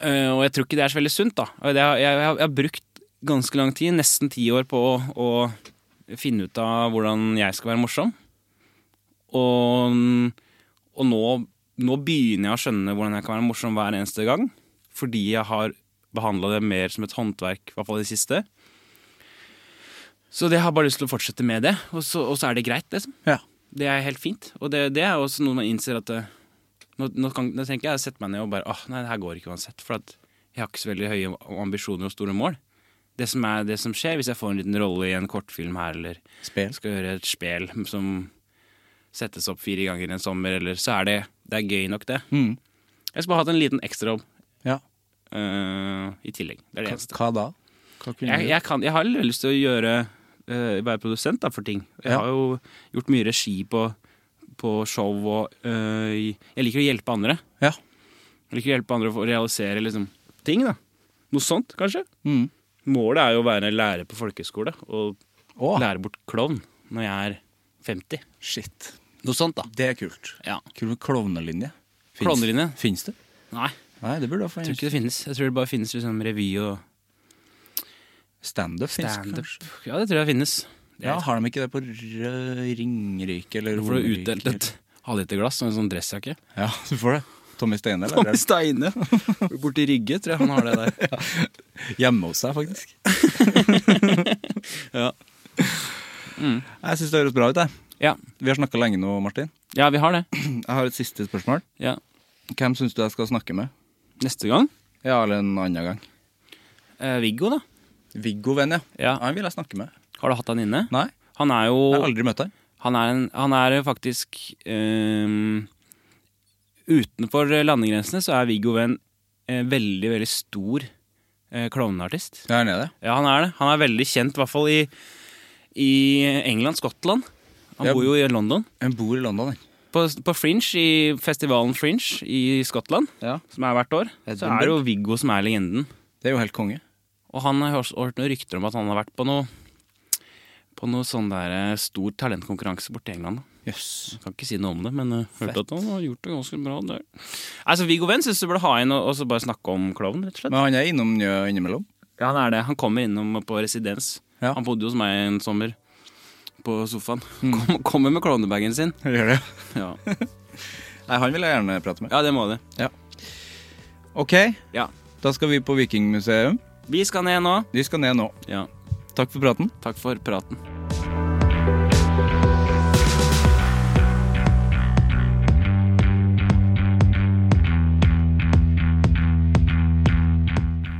Eh, og jeg tror ikke det er så veldig sunt, da. Og det, har- jeg, jeg, har- jeg har brukt ganske lang tid, nesten ti år, på å, å finne ut av hvordan jeg skal være morsom. Og, og nå, nå begynner jeg å skjønne hvordan jeg kan være morsom hver eneste gang. Fordi jeg har behandla det mer som et håndverk, i hvert fall i det siste. Så det jeg har bare lyst til å fortsette med det, og så, og så er det greit, liksom.
Ja.
Det er helt fint. Og det, det er også noe man innser at eh, nå, nå, kan, nå tenker jeg å sette meg ned og bare Åh, nei, det her går ikke uansett. For at jeg har ikke så veldig høye ambisjoner og store mål. Det som, er, det som skjer hvis jeg får en liten rolle i en kortfilm her, eller
Spel.
skal gjøre et spel som settes opp fire ganger en sommer, eller så er det Det er gøy nok, det.
Mm.
Jeg skulle bare hatt en liten ekstrajobb
Ja.
eh, i tillegg. Det er det eneste.
Hva da? Hva kunne
Jeg,
du-
jeg, kan, jeg har litt lyst til å gjøre eh, være produsent da, for ting. Jeg
Ja.
har jo gjort mye regi på, på show og eh, i- Jeg liker å hjelpe andre.
Ja.
Jeg liker å hjelpe andre å få realisere liksom, ting. da Noe sånt, kanskje.
Mm.
Målet er jo å være lærer på folkehøyskole og
Å,
lære bort klovn når jeg er 50.
shit.
Noe sånt, da.
Det er kult.
Ja.
Kult med klovnelinje. Finnes-
Klovnelinje?
Finnes det?
Nei,
Nei, det burde da få
jeg tror ikke det finnes. Jeg tror det bare finnes liksom, revy og
Standup finnes
standup.
kanskje?
Ja, det tror jeg finnes. Det
Ja,
er-
har de ikke det på Rø- Ringerike eller
Du får
Romerike,
utdelt et halvliterglass og en sånn dressjakke.
eller- Ja, du får det. Tommy Steine, eller?
Tommy Steine. Borti Rygge, tror jeg han har det der.
Hjemme hos deg, faktisk. ja.
Mm.
Jeg syns det høres bra ut, jeg.
Ja,
Vi har snakka lenge nå, Martin.
ja vi har det.
Jeg har et siste spørsmål.
Ja.
Hvem syns du jeg skal snakke med?
Neste gang,
Ja, eller en annen gang.
eh, Viggo, da.
Viggo Venn, ja.
Ja.
Han vil jeg snakke med.
Har du hatt han inne?
Nei,
Han
jeg har
er jo
aldri møtt han.
Han er, en, han er faktisk eh, Utenfor landegrensene så er Viggo Venn eh, veldig, veldig stor eh, klovneartist.
Ja, han er det.
Ja, han er det. Han er veldig kjent, i hvert fall i, i England, Skottland. Han
Ja.
bor jo i London.
Han bor i London, han.
På, på Fringe, i festivalen Fringe i Skottland,
Ja.
som er hvert år, så er det jo Viggo som er legenden.
Det er jo helt konge.
Og han har også hørt noen rykter om at han har vært på noe På noe sånn der eh, stor talentkonkurranse borte i England. da.
Jøss.
Jeg kan ikke si noe om det, men eh, hørte at han har gjort det ganske bra der. Altså, Viggo Venn syns du burde ha inn og, og så bare snakke om klovn, rett og slett.
Men han er innom Njø innimellom.
Ja, han er det. Han kommer innom på residens.
Ja.
Han bodde hos meg en sommer på sofaen. Kom, kommer med klovnebagen sin.
Gjør det.
Mm. Ja.
Nei, han vil jeg gjerne prate med.
ja, det må det.
Ok,
Ja.
da skal vi på Vikingmuseum.
Vi skal ned nå.
Vi skal ned nå.
Ja.
Takk for praten.
Takk for praten.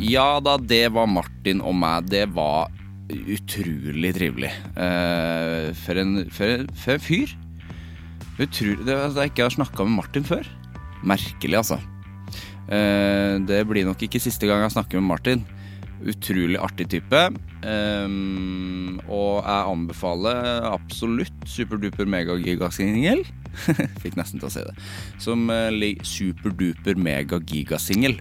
Ja da, det var Martin og meg. Det var
utrolig trivelig. Eh, for, en, for, for en fyr. Utrolig, det er at jeg ikke har snakka med Martin før. Merkelig, altså. Eh, det blir nok ikke siste gang jeg snakker med Martin. Utrolig artig type. Ehm, og jeg anbefaler absolutt superduper megagigasingel. Fikk nesten til å si det. Som eh, ligger superduper megagigasingel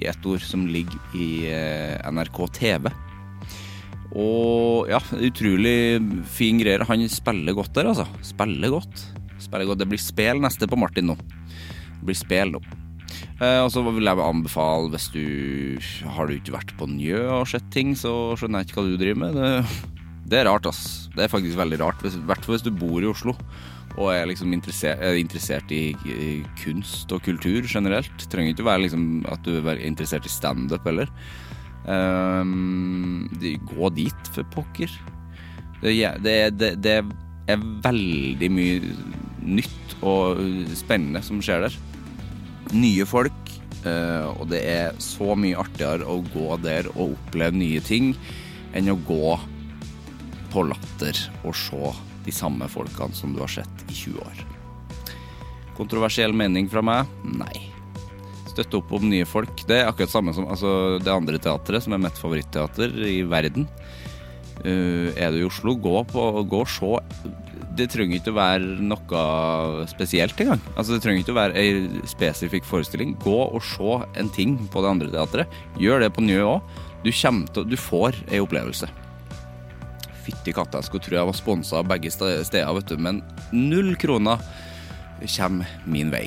i ett ord, som ligger i eh, NRK TV. Og ja, utrolig fin greier. Han spiller godt der, altså. Spiller godt. Spiller godt. Det blir spel neste på Martin nå. Det blir spel nå. Eh, og så vil jeg anbefale, hvis du har du ikke vært på Njø og sett ting, så skjønner jeg ikke hva du driver med. Det, det er rart, ass. Det er faktisk veldig rart. I hvert fall hvis du bor i Oslo og er liksom interessert, er interessert i, i kunst og kultur generelt. Trenger ikke være liksom at du er interessert i standup heller. Ehm, de, gå dit, for pokker. Det, er jæ- det, er- det, det er veldig mye nytt og spennende som skjer der nye folk, eh, og det er så mye artigere å gå der og oppleve nye ting enn å gå på latter og se de samme folkene som du har sett i 20 år. Kontroversiell mening fra meg? Nei. Støtte opp om nye folk. Det er akkurat samme som altså, det andre teatret, som er mitt favorittteater i verden. Eh, er du i Oslo, gå, på, gå og se. Det trenger ikke å være noe spesielt engang. Altså, det trenger ikke å være ei spesifikk forestilling. Gå og se en ting på det andre teatret. Gjør det på Njø òg. Du, kommer til å- du får ei opplevelse. Fytti katta, jeg skulle tro jeg var sponsa av begge ste- steder, vet du, men null kroner kommer min vei.